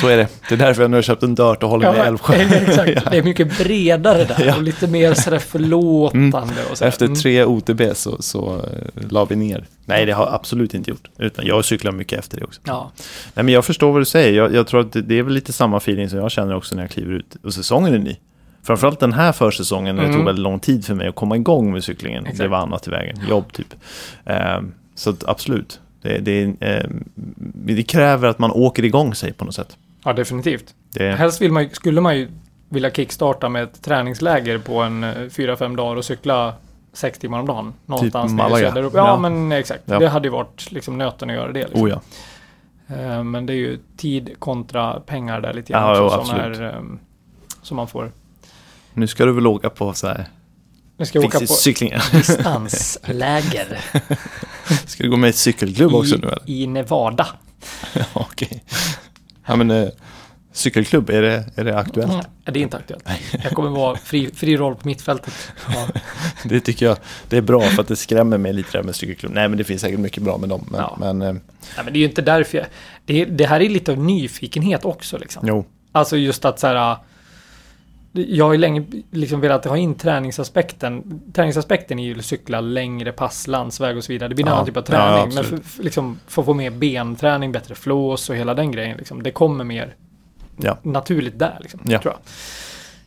Speaker 4: Så är det. Det är därför jag nu har köpt en Dirt och håller mig i
Speaker 5: (laughs)
Speaker 4: Älvsjö. (laughs)
Speaker 5: exakt. Det är mycket bredare där
Speaker 4: Ja.
Speaker 5: och lite mer sådär förlåtande och sådär.
Speaker 4: Efter
Speaker 5: Mm.
Speaker 4: tre OTB så, så eh, la vi ner. Nej, det har jag absolut inte gjort. Utan jag cyklar mycket efter det också.
Speaker 5: Ja,
Speaker 4: Nej, men jag förstår vad du säger. Jag, jag tror att det, det är väl lite samma feeling som jag känner också när jag kliver ut. Och säsongen är ny. Framförallt den här försäsongen när det tog väldigt lång tid för mig att komma igång med cyklingen.
Speaker 5: Mm. Exakt.
Speaker 4: Det var annat i vägen, jobb typ. Ehm, så att, absolut, det, det, ehm, det kräver att man åker igång sig på något sätt.
Speaker 5: ja definitivt.
Speaker 4: Det,
Speaker 5: Helst vill man, ju- skulle man ju vilja kickstarta med ett träningsläger på en eh, fyra fem dagar och cykla sex timmar om dagen. Någonstans nere i
Speaker 4: Typ Malaga.
Speaker 5: söder upp. Ja,
Speaker 4: Ja.
Speaker 5: men exakt.
Speaker 4: Ja.
Speaker 5: Det hade ju varit liksom nöten att göra det. Liksom.
Speaker 4: oh ja.
Speaker 5: Eh, Men det är ju tid kontra pengar där lite grann.
Speaker 4: Ja,
Speaker 5: också,
Speaker 4: jo,
Speaker 5: som,
Speaker 4: absolut.
Speaker 5: är, eh, som man får.
Speaker 4: Nu ska du väl åka på så här,
Speaker 5: Nu ska jag åka på
Speaker 4: cyklingen. (laughs)
Speaker 5: distansläger
Speaker 4: Ska du gå med i cykelklubb också
Speaker 5: Mm.
Speaker 4: nu eller? (laughs)
Speaker 5: i, i Nevada.
Speaker 4: Ja, Okej. Ja, men eh, cykelklubb, är det, är det aktuellt?
Speaker 5: Mm. Det är inte aktuellt. Jag kommer vara fri, fri roll på mittfältet. Ja.
Speaker 4: Det tycker jag, det är bra för att det skrämmer mig lite där med cykelklubb. Nej men det finns säkert mycket bra med dem. Men,
Speaker 5: Ja.
Speaker 4: men eh,
Speaker 5: Nej, men det är ju inte därför jag, det, det här är lite av nyfikenhet också. Liksom.
Speaker 4: jo,
Speaker 5: Alltså just att så här. äh, Jag har ju länge liksom velat ha in träningsaspekten. Träningsaspekten är ju att cykla längre pass, landsväg och så vidare. Det blir en
Speaker 4: Ja.
Speaker 5: annan typ av
Speaker 4: Ja,
Speaker 5: träning. men
Speaker 4: absolut.
Speaker 5: för, för, liksom, för att få mer benträning, bättre flås och hela den grejen. Liksom. Det kommer mer
Speaker 4: ja.
Speaker 5: naturligt där. Liksom,
Speaker 4: Ja,
Speaker 5: tror jag.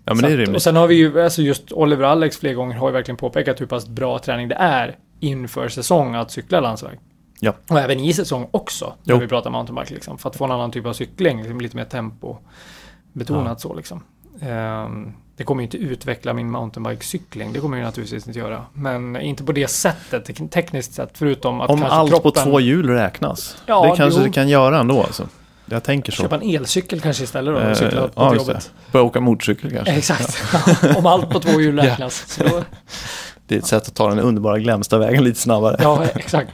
Speaker 4: ja men det
Speaker 5: Så
Speaker 4: är
Speaker 5: att- Och
Speaker 4: rimligt.
Speaker 5: sen har vi ju, alltså just Oliver och Alex flera gånger har ju verkligen påpekat hur pass bra träning det är inför säsong att cykla landsväg.
Speaker 4: Ja.
Speaker 5: Och även i säsong också, när
Speaker 4: Jo.
Speaker 5: vi pratar mountainbike, liksom, för att få en annan typ av cykling, liksom, lite mer tempo betonat så liksom. Ehm, det kommer ju inte utveckla min mountainbike-cykling, det kommer jag ju naturligtvis inte göra. Men inte på det sättet, te- tekniskt sett, förutom att
Speaker 4: Om
Speaker 5: kanske
Speaker 4: allt
Speaker 5: kroppen...
Speaker 4: på två hjul räknas.
Speaker 5: Ja,
Speaker 4: det kanske
Speaker 5: jo.
Speaker 4: det kan göra ändå alltså. Jag tänker så.
Speaker 5: Köpa en elcykel kanske istället då,
Speaker 4: Eh,
Speaker 5: och cykla upp
Speaker 4: ja,
Speaker 5: till
Speaker 4: just det.
Speaker 5: jobbet.
Speaker 4: Börja åka motorcykel kanske.
Speaker 5: (laughs)
Speaker 4: (laughs)
Speaker 5: Exakt, om allt på två hjul räknas. Så då,
Speaker 4: Det är ett sätt att ta den underbara glämsta vägen lite snabbare.
Speaker 5: ja, exakt.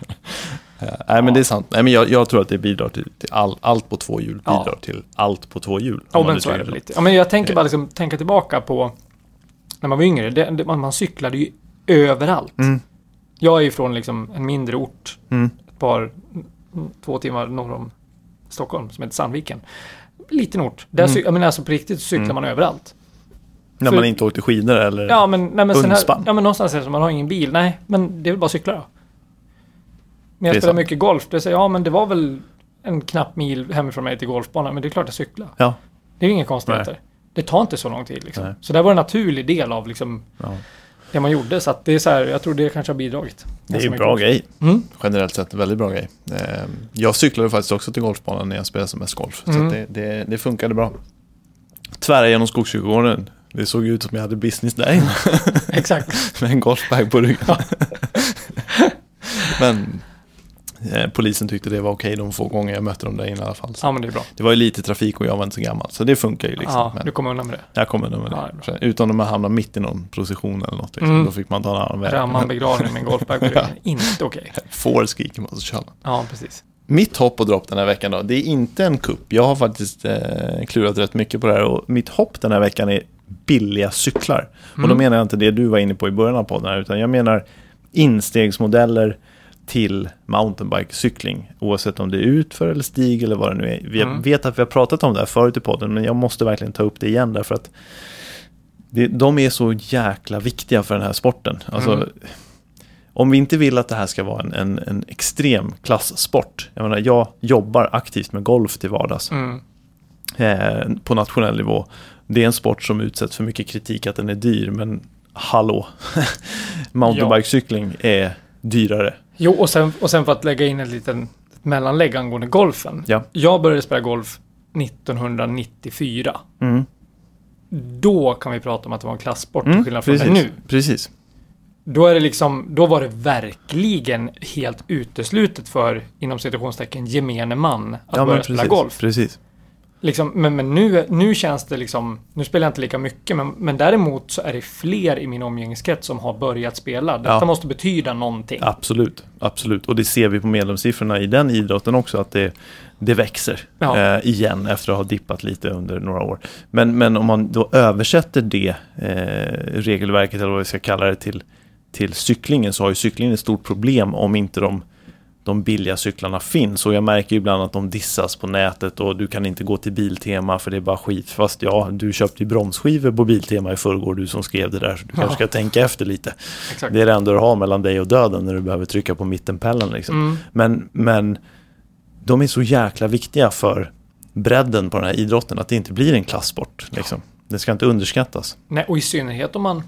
Speaker 4: Nej men det är sant. Nej, men jag, jag tror att det bidrar till, till all, allt på två hjul
Speaker 5: Ja.
Speaker 4: bidrar till allt på två hjul. om
Speaker 5: Ja,
Speaker 4: man
Speaker 5: men
Speaker 4: nu
Speaker 5: så är
Speaker 4: tycker
Speaker 5: det väl lite. Ja, men jag tänker
Speaker 4: Eh.
Speaker 5: bara liksom, tänka tillbaka på när man var yngre. Det, det, man, man cyklade ju överallt. Jag är ju från liksom en mindre ort,
Speaker 4: Mm.
Speaker 5: ett par, mm, två timmar norr om
Speaker 4: Mm.
Speaker 5: Stockholm, som heter Sandviken. Liten ort. Där cy- jag menar, alltså på riktigt så cyklar man överallt.
Speaker 4: När
Speaker 5: För-
Speaker 4: man inte åkte skidor eller?
Speaker 5: Ja men, nej, men sen här,
Speaker 4: Hundspann.
Speaker 5: ja men någonstans är det som man har ingen bil. Nej, men det är väl bara cykla då. När
Speaker 4: Det är
Speaker 5: jag spelar
Speaker 4: sant.
Speaker 5: mycket golf, det säger ja men det var väl en knapp mil hemifrån mig till golfbanan. Men det är klart jag cykla.
Speaker 4: Ja.
Speaker 5: Det är ju inga konstigheter. Det tar inte så lång tid liksom.
Speaker 4: Nej.
Speaker 5: Så det var en naturlig del av liksom
Speaker 4: Ja.
Speaker 5: det man gjorde. Så att det är så här, jag tror det kanske har bidragit.
Speaker 4: Det är ju en
Speaker 5: Ganska
Speaker 4: bra
Speaker 5: mycket.
Speaker 4: grej.
Speaker 5: Mm.
Speaker 4: Generellt sett en väldigt bra grej. Eh, Jag cyklade faktiskt också till golfbanan när jag spelade som mest golf. Så
Speaker 5: Mm.
Speaker 4: att det, det, det funkade bra. Tvära genom Skogskyrkogården. Det såg ju ut som jag hade business där inne.
Speaker 5: (laughs)
Speaker 4: (laughs)
Speaker 5: Exakt.
Speaker 4: med en golfbag på ryggen.
Speaker 5: (laughs)
Speaker 4: Men eh, polisen tyckte det var okej de få gånger jag mötte dem där inne i alla fall. Så
Speaker 5: Ja men det är bra.
Speaker 4: Det var ju lite trafik och jag var inte så gammal. Så det funkar ju liksom.
Speaker 5: Ja,
Speaker 4: Men-
Speaker 5: du kommer undan med det.
Speaker 4: jag kommer nog med det.
Speaker 5: Ja, det är bra.
Speaker 4: Sen, Utan om jag hamnar mitt i någon procession eller något. Liksom.
Speaker 5: Mm.
Speaker 4: Då fick man ta en annan väg.
Speaker 5: Ramman begravning med en golfbag
Speaker 4: (laughs)
Speaker 5: på ryggen. Inte okej.
Speaker 4: Får skriker man så kör man.
Speaker 5: Ja, precis.
Speaker 4: Mitt hopp och dropp den här veckan då, det är inte en kupp. Jag har faktiskt eh, klurat rätt mycket på det här och mitt hopp den här veckan är billiga cyklar. Och då menar jag inte det du var inne på i början av podden här, utan jag menar instegsmodeller till mountainbike-cykling. Oavsett om det är utför eller stig eller vad det nu är. Vi Jag
Speaker 5: Mm.
Speaker 4: vet att vi har pratat om det här förut i podden, men jag måste verkligen ta upp det igen därför att det, de är så jäkla viktiga för den här sporten. Alltså,
Speaker 5: Mm.
Speaker 4: Om vi inte vill att det här ska vara en, en, en extrem klassport. Jag menar, jag jobbar aktivt med golf till vardags
Speaker 5: Mm.
Speaker 4: eh, på nationell nivå. Det är en sport som utsätts för mycket kritik att den är dyr, men hallå. (laughs) Mountainbikecykling är dyrare.
Speaker 5: Jo, och sen, och sen för att lägga in en liten ett mellanlägg angående golfen.
Speaker 4: Ja.
Speaker 5: Jag började spela golf 1994.
Speaker 4: Mm.
Speaker 5: Då kan vi prata om att det var en klassport till skillnad från
Speaker 4: precis.
Speaker 5: nu.
Speaker 4: Precis.
Speaker 5: Då, är det liksom, då var det verkligen helt uteslutet för, inom citationstecken, gemene man att börja spela
Speaker 4: precis.
Speaker 5: golf.
Speaker 4: Precis.
Speaker 5: Liksom, men men nu, nu känns det liksom, nu spelar jag inte lika mycket, men, men däremot så är det fler i min omgängeskrets som har börjat spela. Detta
Speaker 4: Ja.
Speaker 5: måste betyda någonting.
Speaker 4: Absolut, absolut. Och det ser vi på medlemssiffrorna i den idrotten också, att det, det växer
Speaker 5: Ja.
Speaker 4: eh, igen efter att ha dippat lite under några år. Men, men om man då översätter det eh, regelverket, eller vad vi ska kalla det, till, till cyklingen, så har ju cyklingen ett stort problem om inte de de billiga cyklarna finns och jag märker ju ibland att de dissas på nätet och du kan inte gå till Biltema för det är bara skit. Fast ja, du köpte ju bromsskivor på Biltema i förrgår du som skrev det där så du kanske ska tänka efter lite.
Speaker 5: Exakt.
Speaker 4: Det är det enda du har mellan dig och döden när du behöver trycka på mittenpellen. Liksom.
Speaker 5: Mm.
Speaker 4: Men, men de är så jäkla viktiga för bredden på den här idrotten, att det inte blir en klasssport. Liksom. Det ska inte underskattas.
Speaker 5: Nej, och i synnerhet om man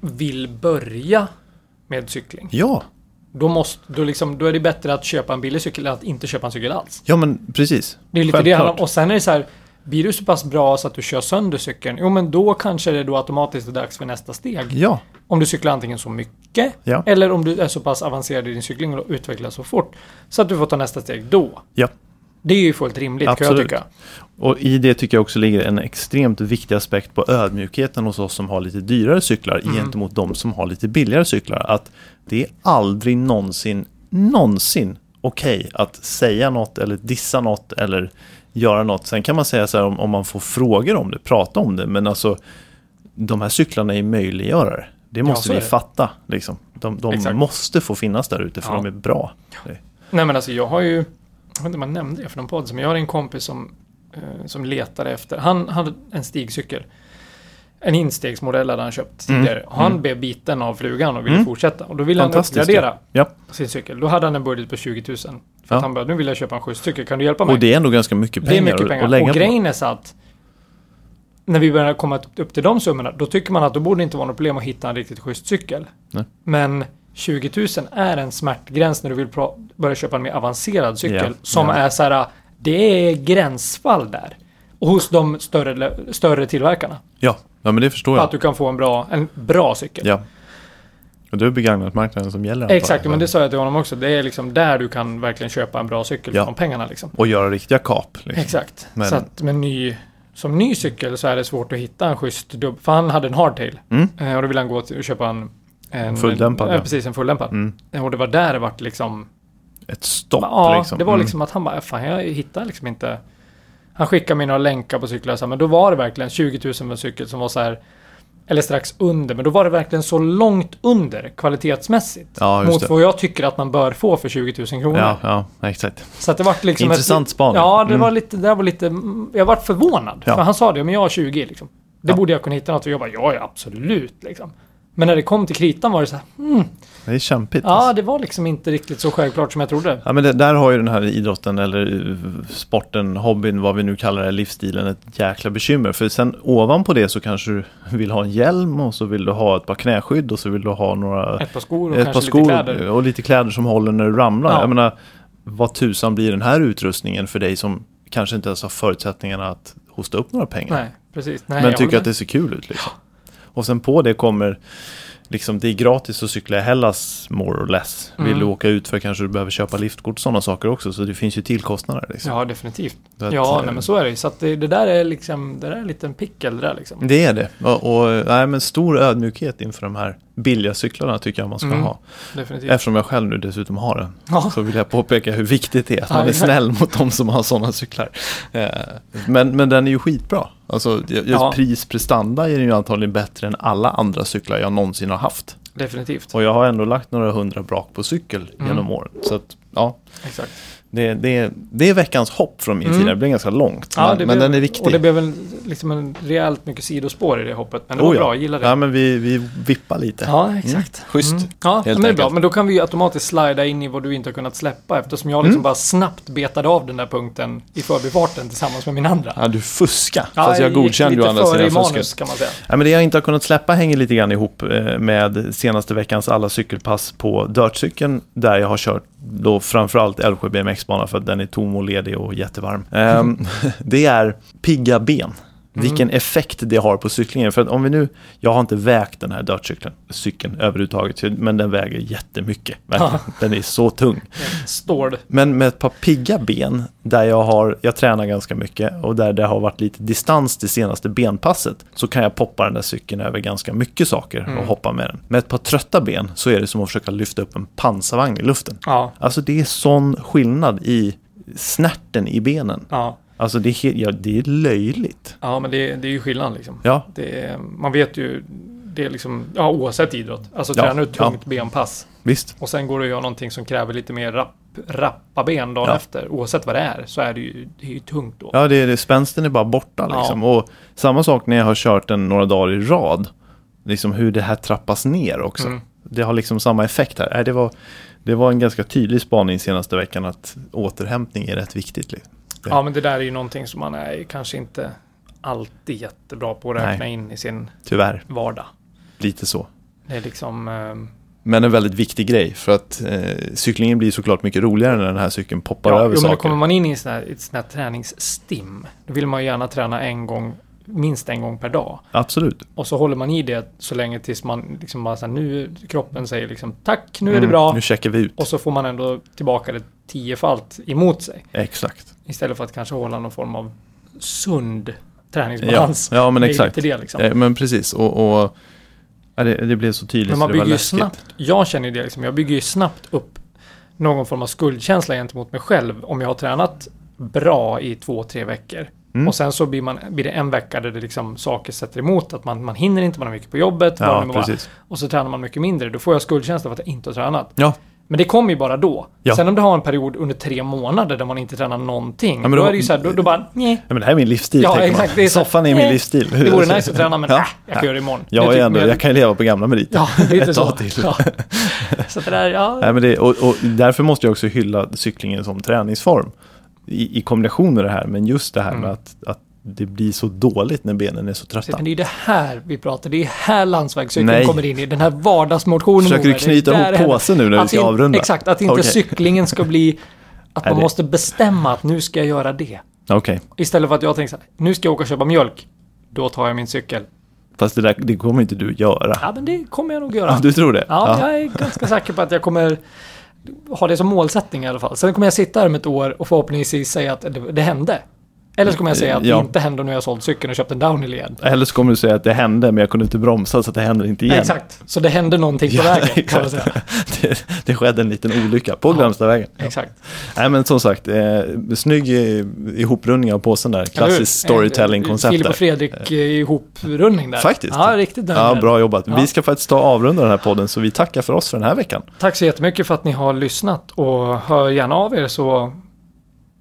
Speaker 5: vill börja med cykling.
Speaker 4: Ja,
Speaker 5: Då, måste, då, liksom, då är det bättre att köpa en billig cykel än att inte köpa en cykel alls.
Speaker 4: ja men precis.
Speaker 5: Det är lite det det handlar om.
Speaker 4: Självklart.
Speaker 5: Och sen är det så här, blir du så pass bra så att du kör sönder cykeln, jo men då kanske det då automatiskt är dags för nästa steg.
Speaker 4: Ja,
Speaker 5: Om du cyklar antingen så mycket,
Speaker 4: Ja.
Speaker 5: eller om du är så pass avancerad i din cykling och utvecklas så fort, så att du får ta nästa steg då.
Speaker 4: ja.
Speaker 5: Det är ju fullt rimligt kan jag
Speaker 4: Absolut.
Speaker 5: tycka.
Speaker 4: Och i det tycker jag också ligger en extremt viktig aspekt på ödmjukheten hos oss som har lite dyrare cyklar
Speaker 5: Mm.
Speaker 4: gentemot de som har lite billigare cyklar. Att det är aldrig någonsin, någonsin okej att säga något eller dissa något eller göra något. Sen kan man säga så här om, om man får frågor om det, prata om det, men alltså de här cyklarna är möjliggörare. Det måste
Speaker 5: så är
Speaker 4: vi
Speaker 5: det.
Speaker 4: fatta. Liksom. De, de
Speaker 5: Exakt.
Speaker 4: måste få finnas där ute för
Speaker 5: Ja.
Speaker 4: de är bra.
Speaker 5: Nej men alltså jag har ju, jag vet inte om jag nämnde det för någon podd, men jag har en kompis som, eh, som letade efter, han hade en stigcykel. En instegsmodell hade han köpt
Speaker 4: Mm.
Speaker 5: tidigare. Och Han blev biten av flugan och ville fortsätta. Och då ville han
Speaker 4: Fantastiskt.
Speaker 5: uppgradera
Speaker 4: Ja.
Speaker 5: sin cykel. Då hade han en budget på 20 000. För
Speaker 4: Ja.
Speaker 5: att han bara, nu vill jag köpa en schysst-cykel, kan du hjälpa mig?
Speaker 4: Och det är ändå ganska mycket
Speaker 5: Det är
Speaker 4: pengar,
Speaker 5: mycket
Speaker 4: att-
Speaker 5: pengar.
Speaker 4: att lägga
Speaker 5: och
Speaker 4: på.
Speaker 5: grejen är så att när vi börjar komma upp till de summorna, då tycker man att då borde det inte vara något problem att hitta en riktigt schysst cykel.
Speaker 4: Nej.
Speaker 5: Men 20 000 är en smärtgräns när du vill pra- börja köpa en mer avancerad cykel
Speaker 4: Ja,
Speaker 5: som
Speaker 4: ja.
Speaker 5: är så här, det är gränsfall där. Och hos de större, le- större tillverkarna.
Speaker 4: Ja. ja, men det förstår
Speaker 5: För
Speaker 4: jag.
Speaker 5: att du kan få en bra, en bra cykel.
Speaker 4: Ja. Och då är begagnatmarknaden som gäller. antar jag.
Speaker 5: Exakt, men det sa jag till honom också. Det är liksom där du kan verkligen köpa en bra cykel
Speaker 4: Ja.
Speaker 5: för de pengarna. Liksom.
Speaker 4: Och göra riktiga kap. Liksom.
Speaker 5: Exakt.
Speaker 4: Men-
Speaker 5: Så att med ny, som ny cykel så är det svårt att hitta en schysst dubb. För han hade en hardtail.
Speaker 4: Mm.
Speaker 5: Eh, och då ville han gå till och köpa en... en
Speaker 4: Fulldämpad,
Speaker 5: En,
Speaker 4: ja.
Speaker 5: ja. Precis, en fulldämpad.
Speaker 4: Mm.
Speaker 5: Eh, Och det var där det vart liksom...
Speaker 4: Ett stopp
Speaker 5: Ja,
Speaker 4: liksom.
Speaker 5: det var
Speaker 4: Mm.
Speaker 5: liksom att han bara, fan jag hittar liksom inte... Han skickade mig några länkar på cyklar och så här, men då var det verkligen 20 000 för en cykel som var så här... Eller strax under, men då var det verkligen så långt under kvalitetsmässigt.
Speaker 4: Ja, just
Speaker 5: mot
Speaker 4: det.
Speaker 5: vad jag tycker att man bör få för 20 000 kronor.
Speaker 4: Ja, ja, exakt.
Speaker 5: Så att det vart liksom
Speaker 4: Intressant
Speaker 5: ett,
Speaker 4: spaning.
Speaker 5: Ja, det
Speaker 4: Mm.
Speaker 5: var lite, det där var lite, mm, jag vart förvånad.
Speaker 4: Ja.
Speaker 5: För han sa det, men jag har 20 liksom. Det borde jag kunna hitta något och jag bara, ja, ja absolut liksom. Men när det kom till kritan var det så här, hmm,
Speaker 4: Det är kämpigt. alltså.
Speaker 5: ja det var liksom inte riktigt så självklart som jag trodde.
Speaker 4: Ja, men det, där har ju den här idrotten eller eh, sporten, hobbyn, vad vi nu kallar det, livsstilen, ett jäkla bekymmer. För sen ovanpå det så kanske du vill ha en hjälm och så vill du ha ett par knäskydd och så vill du ha några...
Speaker 5: Ett par skor och
Speaker 4: ett
Speaker 5: kanske
Speaker 4: par skor
Speaker 5: lite kläder.
Speaker 4: och lite kläder som håller när du ramlar.
Speaker 5: Ja.
Speaker 4: Jag menar, vad tusan blir den här utrustningen för dig som kanske inte ens har förutsättningarna att hosta upp några pengar?
Speaker 5: Nej, precis. Nej,
Speaker 4: men
Speaker 5: jag
Speaker 4: tycker
Speaker 5: håller
Speaker 4: att det ser kul ut liksom. Och sen på det kommer, liksom det är gratis att cykla i Hellas more or less.
Speaker 5: Mm.
Speaker 4: Vill du åka ut för kanske du behöver köpa liftkort och sådana saker också. Så det finns ju tillkostnader liksom.
Speaker 5: Ja, definitivt.
Speaker 4: Så att,
Speaker 5: ja,
Speaker 4: eh,
Speaker 5: nej, men så är det ju. Så att det, det där är liksom, det där är en liten pickel det där liksom.
Speaker 4: Det är det. Och, och nej, men stor ödmjukhet inför de här billiga cyklarna tycker jag man ska
Speaker 5: Mm.
Speaker 4: ha.
Speaker 5: Definitivt.
Speaker 4: Eftersom jag själv nu dessutom har en.
Speaker 5: Ja.
Speaker 4: Så vill jag påpeka hur viktigt det är att man är
Speaker 5: Ja,
Speaker 4: snäll mot de som har sådana cyklar. Eh, Men, men den är ju skitbra. Alltså, just
Speaker 5: Ja.
Speaker 4: pris prestanda är den ju antagligen bättre än alla andra cyklar jag någonsin har haft.
Speaker 5: Definitivt.
Speaker 4: Och jag har ändå lagt några hundra brak på cykel
Speaker 5: Mm.
Speaker 4: genom åren. Så att, ja,
Speaker 5: Exakt.
Speaker 4: det, det, det är veckans hopp från min sida. Det blir ganska långt,
Speaker 5: Mm. Ja,
Speaker 4: men,
Speaker 5: det
Speaker 4: men
Speaker 5: blev-
Speaker 4: den är viktig.
Speaker 5: Och det blev en, liksom en rejält mycket sidospår i det hoppet. Men det var
Speaker 4: Oh ja.
Speaker 5: bra, jag gillar det.
Speaker 4: Ja, men vi, vi vippar lite.
Speaker 5: Ja, Mm. exakt.
Speaker 4: Schysst,
Speaker 5: Ja, men det är bra.
Speaker 4: enkelt.
Speaker 5: Men då kan vi ju automatiskt slida in i vad du inte har kunnat släppa eftersom jag
Speaker 4: Mm.
Speaker 5: liksom bara snabbt betade av den där punkten i förbifarten tillsammans med min andra.
Speaker 4: Ja, du fuska.
Speaker 5: Ja,
Speaker 4: Fast jag
Speaker 5: gick
Speaker 4: godkände ju å
Speaker 5: lite
Speaker 4: andra
Speaker 5: före i
Speaker 4: sidan
Speaker 5: manus,
Speaker 4: fusket.
Speaker 5: kan man säga.
Speaker 4: Ja, men det jag inte har kunnat släppa hänger lite grann ihop eh, med senaste veckans alla cykelpass på dirtcykeln där jag har kört då framförallt Älvsjö BMX-bana för att den är tom och ledig och jättevarm. Ehm, (laughs) det är pigga ben. Vilken effekt det har på cyklingen. För att om vi nu, jag har inte vägt den här dirtcykeln cykeln överhuvudtaget, men den väger jättemycket. verkligen. Den är så tung.
Speaker 5: Står det.
Speaker 4: Men med ett par pigga ben där jag har, jag tränar ganska mycket och där det har varit lite distans det senaste benpasset så kan jag poppa den där cykeln över ganska mycket saker och hoppa med den. Med ett par trötta ben så är det som att försöka lyfta upp en pansarvagn i luften.
Speaker 5: Ja.
Speaker 4: Alltså det är sån skillnad i snärten i benen.
Speaker 5: Ja.
Speaker 4: Alltså det är, he- ja, det är löjligt.
Speaker 5: Ja, men det, det är ju skillnad liksom.
Speaker 4: Ja,
Speaker 5: Det är, man vet ju, det är liksom, ja oavsett idrott. Alltså
Speaker 4: Ja,
Speaker 5: tränar du ett
Speaker 4: ja.
Speaker 5: tungt benpass
Speaker 4: visst.
Speaker 5: och sen går du och gör någonting som kräver lite mer rapp, rappa ben dagen
Speaker 4: Ja.
Speaker 5: efter. Oavsett vad det är så är det ju, det är ju tungt då.
Speaker 4: Ja, det är, det, spänsten är bara borta liksom. Och samma sak när jag har kört den några dagar i rad. Liksom hur det här trappas ner också.
Speaker 5: Mm.
Speaker 4: Det har liksom samma effekt här. Nej, Det var, det var en ganska tydlig spaning senaste veckan att återhämtning är rätt viktigt. liksom. Det-
Speaker 5: Ja, men det där är ju någonting som man är kanske inte alltid jättebra på att
Speaker 4: Nej.
Speaker 5: räkna in i sin
Speaker 4: Tyvärr,
Speaker 5: vardag.
Speaker 4: lite så.
Speaker 5: Det är liksom... ehm,
Speaker 4: Men en väldigt viktig grej för att eh, cyklingen blir såklart mycket roligare när den här cykeln poppar över
Speaker 5: jo, men då
Speaker 4: saker.
Speaker 5: kommer man in i en sån här, ett sån här träningsstim. Då vill man ju gärna träna en gång, minst en gång per dag.
Speaker 4: Absolut.
Speaker 5: Och så håller man i det så länge tills man liksom bara så här, nu kroppen säger liksom tack, nu är det bra.
Speaker 4: Mm. Nu checkar vi ut.
Speaker 5: Och så får man ändå tillbaka det tiofalt emot sig.
Speaker 4: Exakt.
Speaker 5: Istället för att kanske hålla någon form av sund
Speaker 4: Ja,
Speaker 5: träningsbalans.
Speaker 4: ja, men
Speaker 5: Det är
Speaker 4: exakt.
Speaker 5: lite det liksom.
Speaker 4: Eh, Men precis. Och, och ja, det, det blev så tydligt
Speaker 5: Men
Speaker 4: så
Speaker 5: man
Speaker 4: det var
Speaker 5: bygger ju
Speaker 4: läskigt.
Speaker 5: snabbt, jag känner ju det liksom, jag bygger ju snabbt upp någon form av skuldkänsla gentemot mig själv om jag har tränat bra i två, tre veckor.
Speaker 4: Mm.
Speaker 5: Och sen så blir, man, blir det en vecka där det liksom saker sätter emot, att man, man hinner inte, man har mycket på jobbet,
Speaker 4: Ja,
Speaker 5: vad det nu må vara.
Speaker 4: precis.
Speaker 5: och så tränar man mycket mindre. Då får jag skuldkänsla för att jag inte har tränat.
Speaker 4: Ja,
Speaker 5: Men det kommer ju bara då.
Speaker 4: Ja.
Speaker 5: Sen om du har en period under tre månader där man inte tränar någonting,
Speaker 4: men
Speaker 5: då,
Speaker 4: då-
Speaker 5: är det ju så här, då, då bara nej.
Speaker 4: Ja, men det här är min livsstil,
Speaker 5: Ja,
Speaker 4: tänker
Speaker 5: exakt.
Speaker 4: man.
Speaker 5: Det är så-
Speaker 4: Soffan är min
Speaker 5: Nej,
Speaker 4: livsstil.
Speaker 5: Det vore nice att träna,
Speaker 4: (laughs)
Speaker 5: men
Speaker 4: ja.
Speaker 5: äh, jag kan göra det imorgon.
Speaker 4: Jag,
Speaker 5: Det
Speaker 4: är
Speaker 5: tycker-
Speaker 4: ändå,
Speaker 5: men-
Speaker 4: jag kan ju leva på gamla meriter.
Speaker 5: Ja, lite
Speaker 4: (laughs) Ett
Speaker 5: så.
Speaker 4: tag till.
Speaker 5: Ja. Så att det där, ja.
Speaker 4: Nej, men det, och, och därför måste jag också hylla cyklingen som träningsform. I, i kombination med det här, men just det här
Speaker 5: Mm.
Speaker 4: med att, att det blir så dåligt när benen är så
Speaker 5: Precis,
Speaker 4: trötta.
Speaker 5: Typ, Men det är det här vi pratar, det är här landsvägscykeln
Speaker 4: Nej.
Speaker 5: kommer in i, den här vardagsmotionen.
Speaker 4: Försöker du
Speaker 5: Ove, det är
Speaker 4: knyta
Speaker 5: där
Speaker 4: ihop
Speaker 5: det händer.
Speaker 4: påsen nu när vi
Speaker 5: Att
Speaker 4: ska
Speaker 5: in-
Speaker 4: avrunda?
Speaker 5: Exakt, att inte
Speaker 4: Okej.
Speaker 5: cyklingen
Speaker 4: (laughs)
Speaker 5: ska bli att
Speaker 4: Nej,
Speaker 5: man
Speaker 4: det-
Speaker 5: måste bestämma att nu ska jag göra det.
Speaker 4: Okej,
Speaker 5: Istället för att jag tänker så här, nu ska jag åka och köpa mjölk. Då tar jag min cykel.
Speaker 4: fast det, där, det kommer inte du göra.
Speaker 5: Ja, men det kommer jag nog göra.
Speaker 4: Ja, du tror det?
Speaker 5: Ja, jag är ganska säker på att jag kommer ha det som målsättning i alla fall. Sen kommer jag sitta här om ett år och förhoppningsvis säga att det, det hände. Eller så kommer jag säga att
Speaker 4: Ja.
Speaker 5: det inte hände och nu har jag sålt cykeln och köpt en downhill igen.
Speaker 4: Eller så kommer du säga att det hände, men jag kunde inte bromsa så att det händer inte igen.
Speaker 5: Exakt, så det hände någonting på vägen. Kan
Speaker 4: (laughs)
Speaker 5: man
Speaker 4: Exakt.
Speaker 5: säga.
Speaker 4: (laughs) det, det skedde en liten olycka på Glömstavägen.
Speaker 5: Exakt.
Speaker 4: Nej men som sagt, eh, snygg eh, ihoprundning av påsen där.
Speaker 5: Eller hur? Eh,
Speaker 4: Klassiskt storytelling-koncept
Speaker 5: Filip
Speaker 4: där.
Speaker 5: och Fredrik eh, ihoprundning där.
Speaker 4: Faktiskt.
Speaker 5: Ja, riktigt nöjd
Speaker 4: Ja,
Speaker 5: med
Speaker 4: bra
Speaker 5: den.
Speaker 4: jobbat.
Speaker 5: Ja.
Speaker 4: Vi ska faktiskt ta och avrunda den här podden, så vi tackar för oss för den här veckan.
Speaker 5: Tack så jättemycket för att ni har lyssnat och hör gärna av er så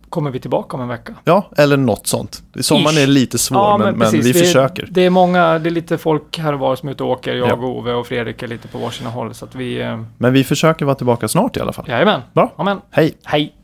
Speaker 5: kommer vi tillbaka om en vecka.
Speaker 4: Ja, eller något sånt. Sommaren
Speaker 5: Ish.
Speaker 4: är lite svår, men, men,
Speaker 5: precis.
Speaker 4: vi
Speaker 5: det,
Speaker 4: försöker.
Speaker 5: Det är många, det är lite folk här och var som är ute och åker. Jag
Speaker 4: Ja.
Speaker 5: och Ove och Fredrik är lite på varsina håll. Så att vi... eh,
Speaker 4: Men vi försöker vara tillbaka snart i alla fall.
Speaker 5: Jajamän.
Speaker 4: Bra.
Speaker 5: Amen.
Speaker 4: Hej!
Speaker 5: Hej.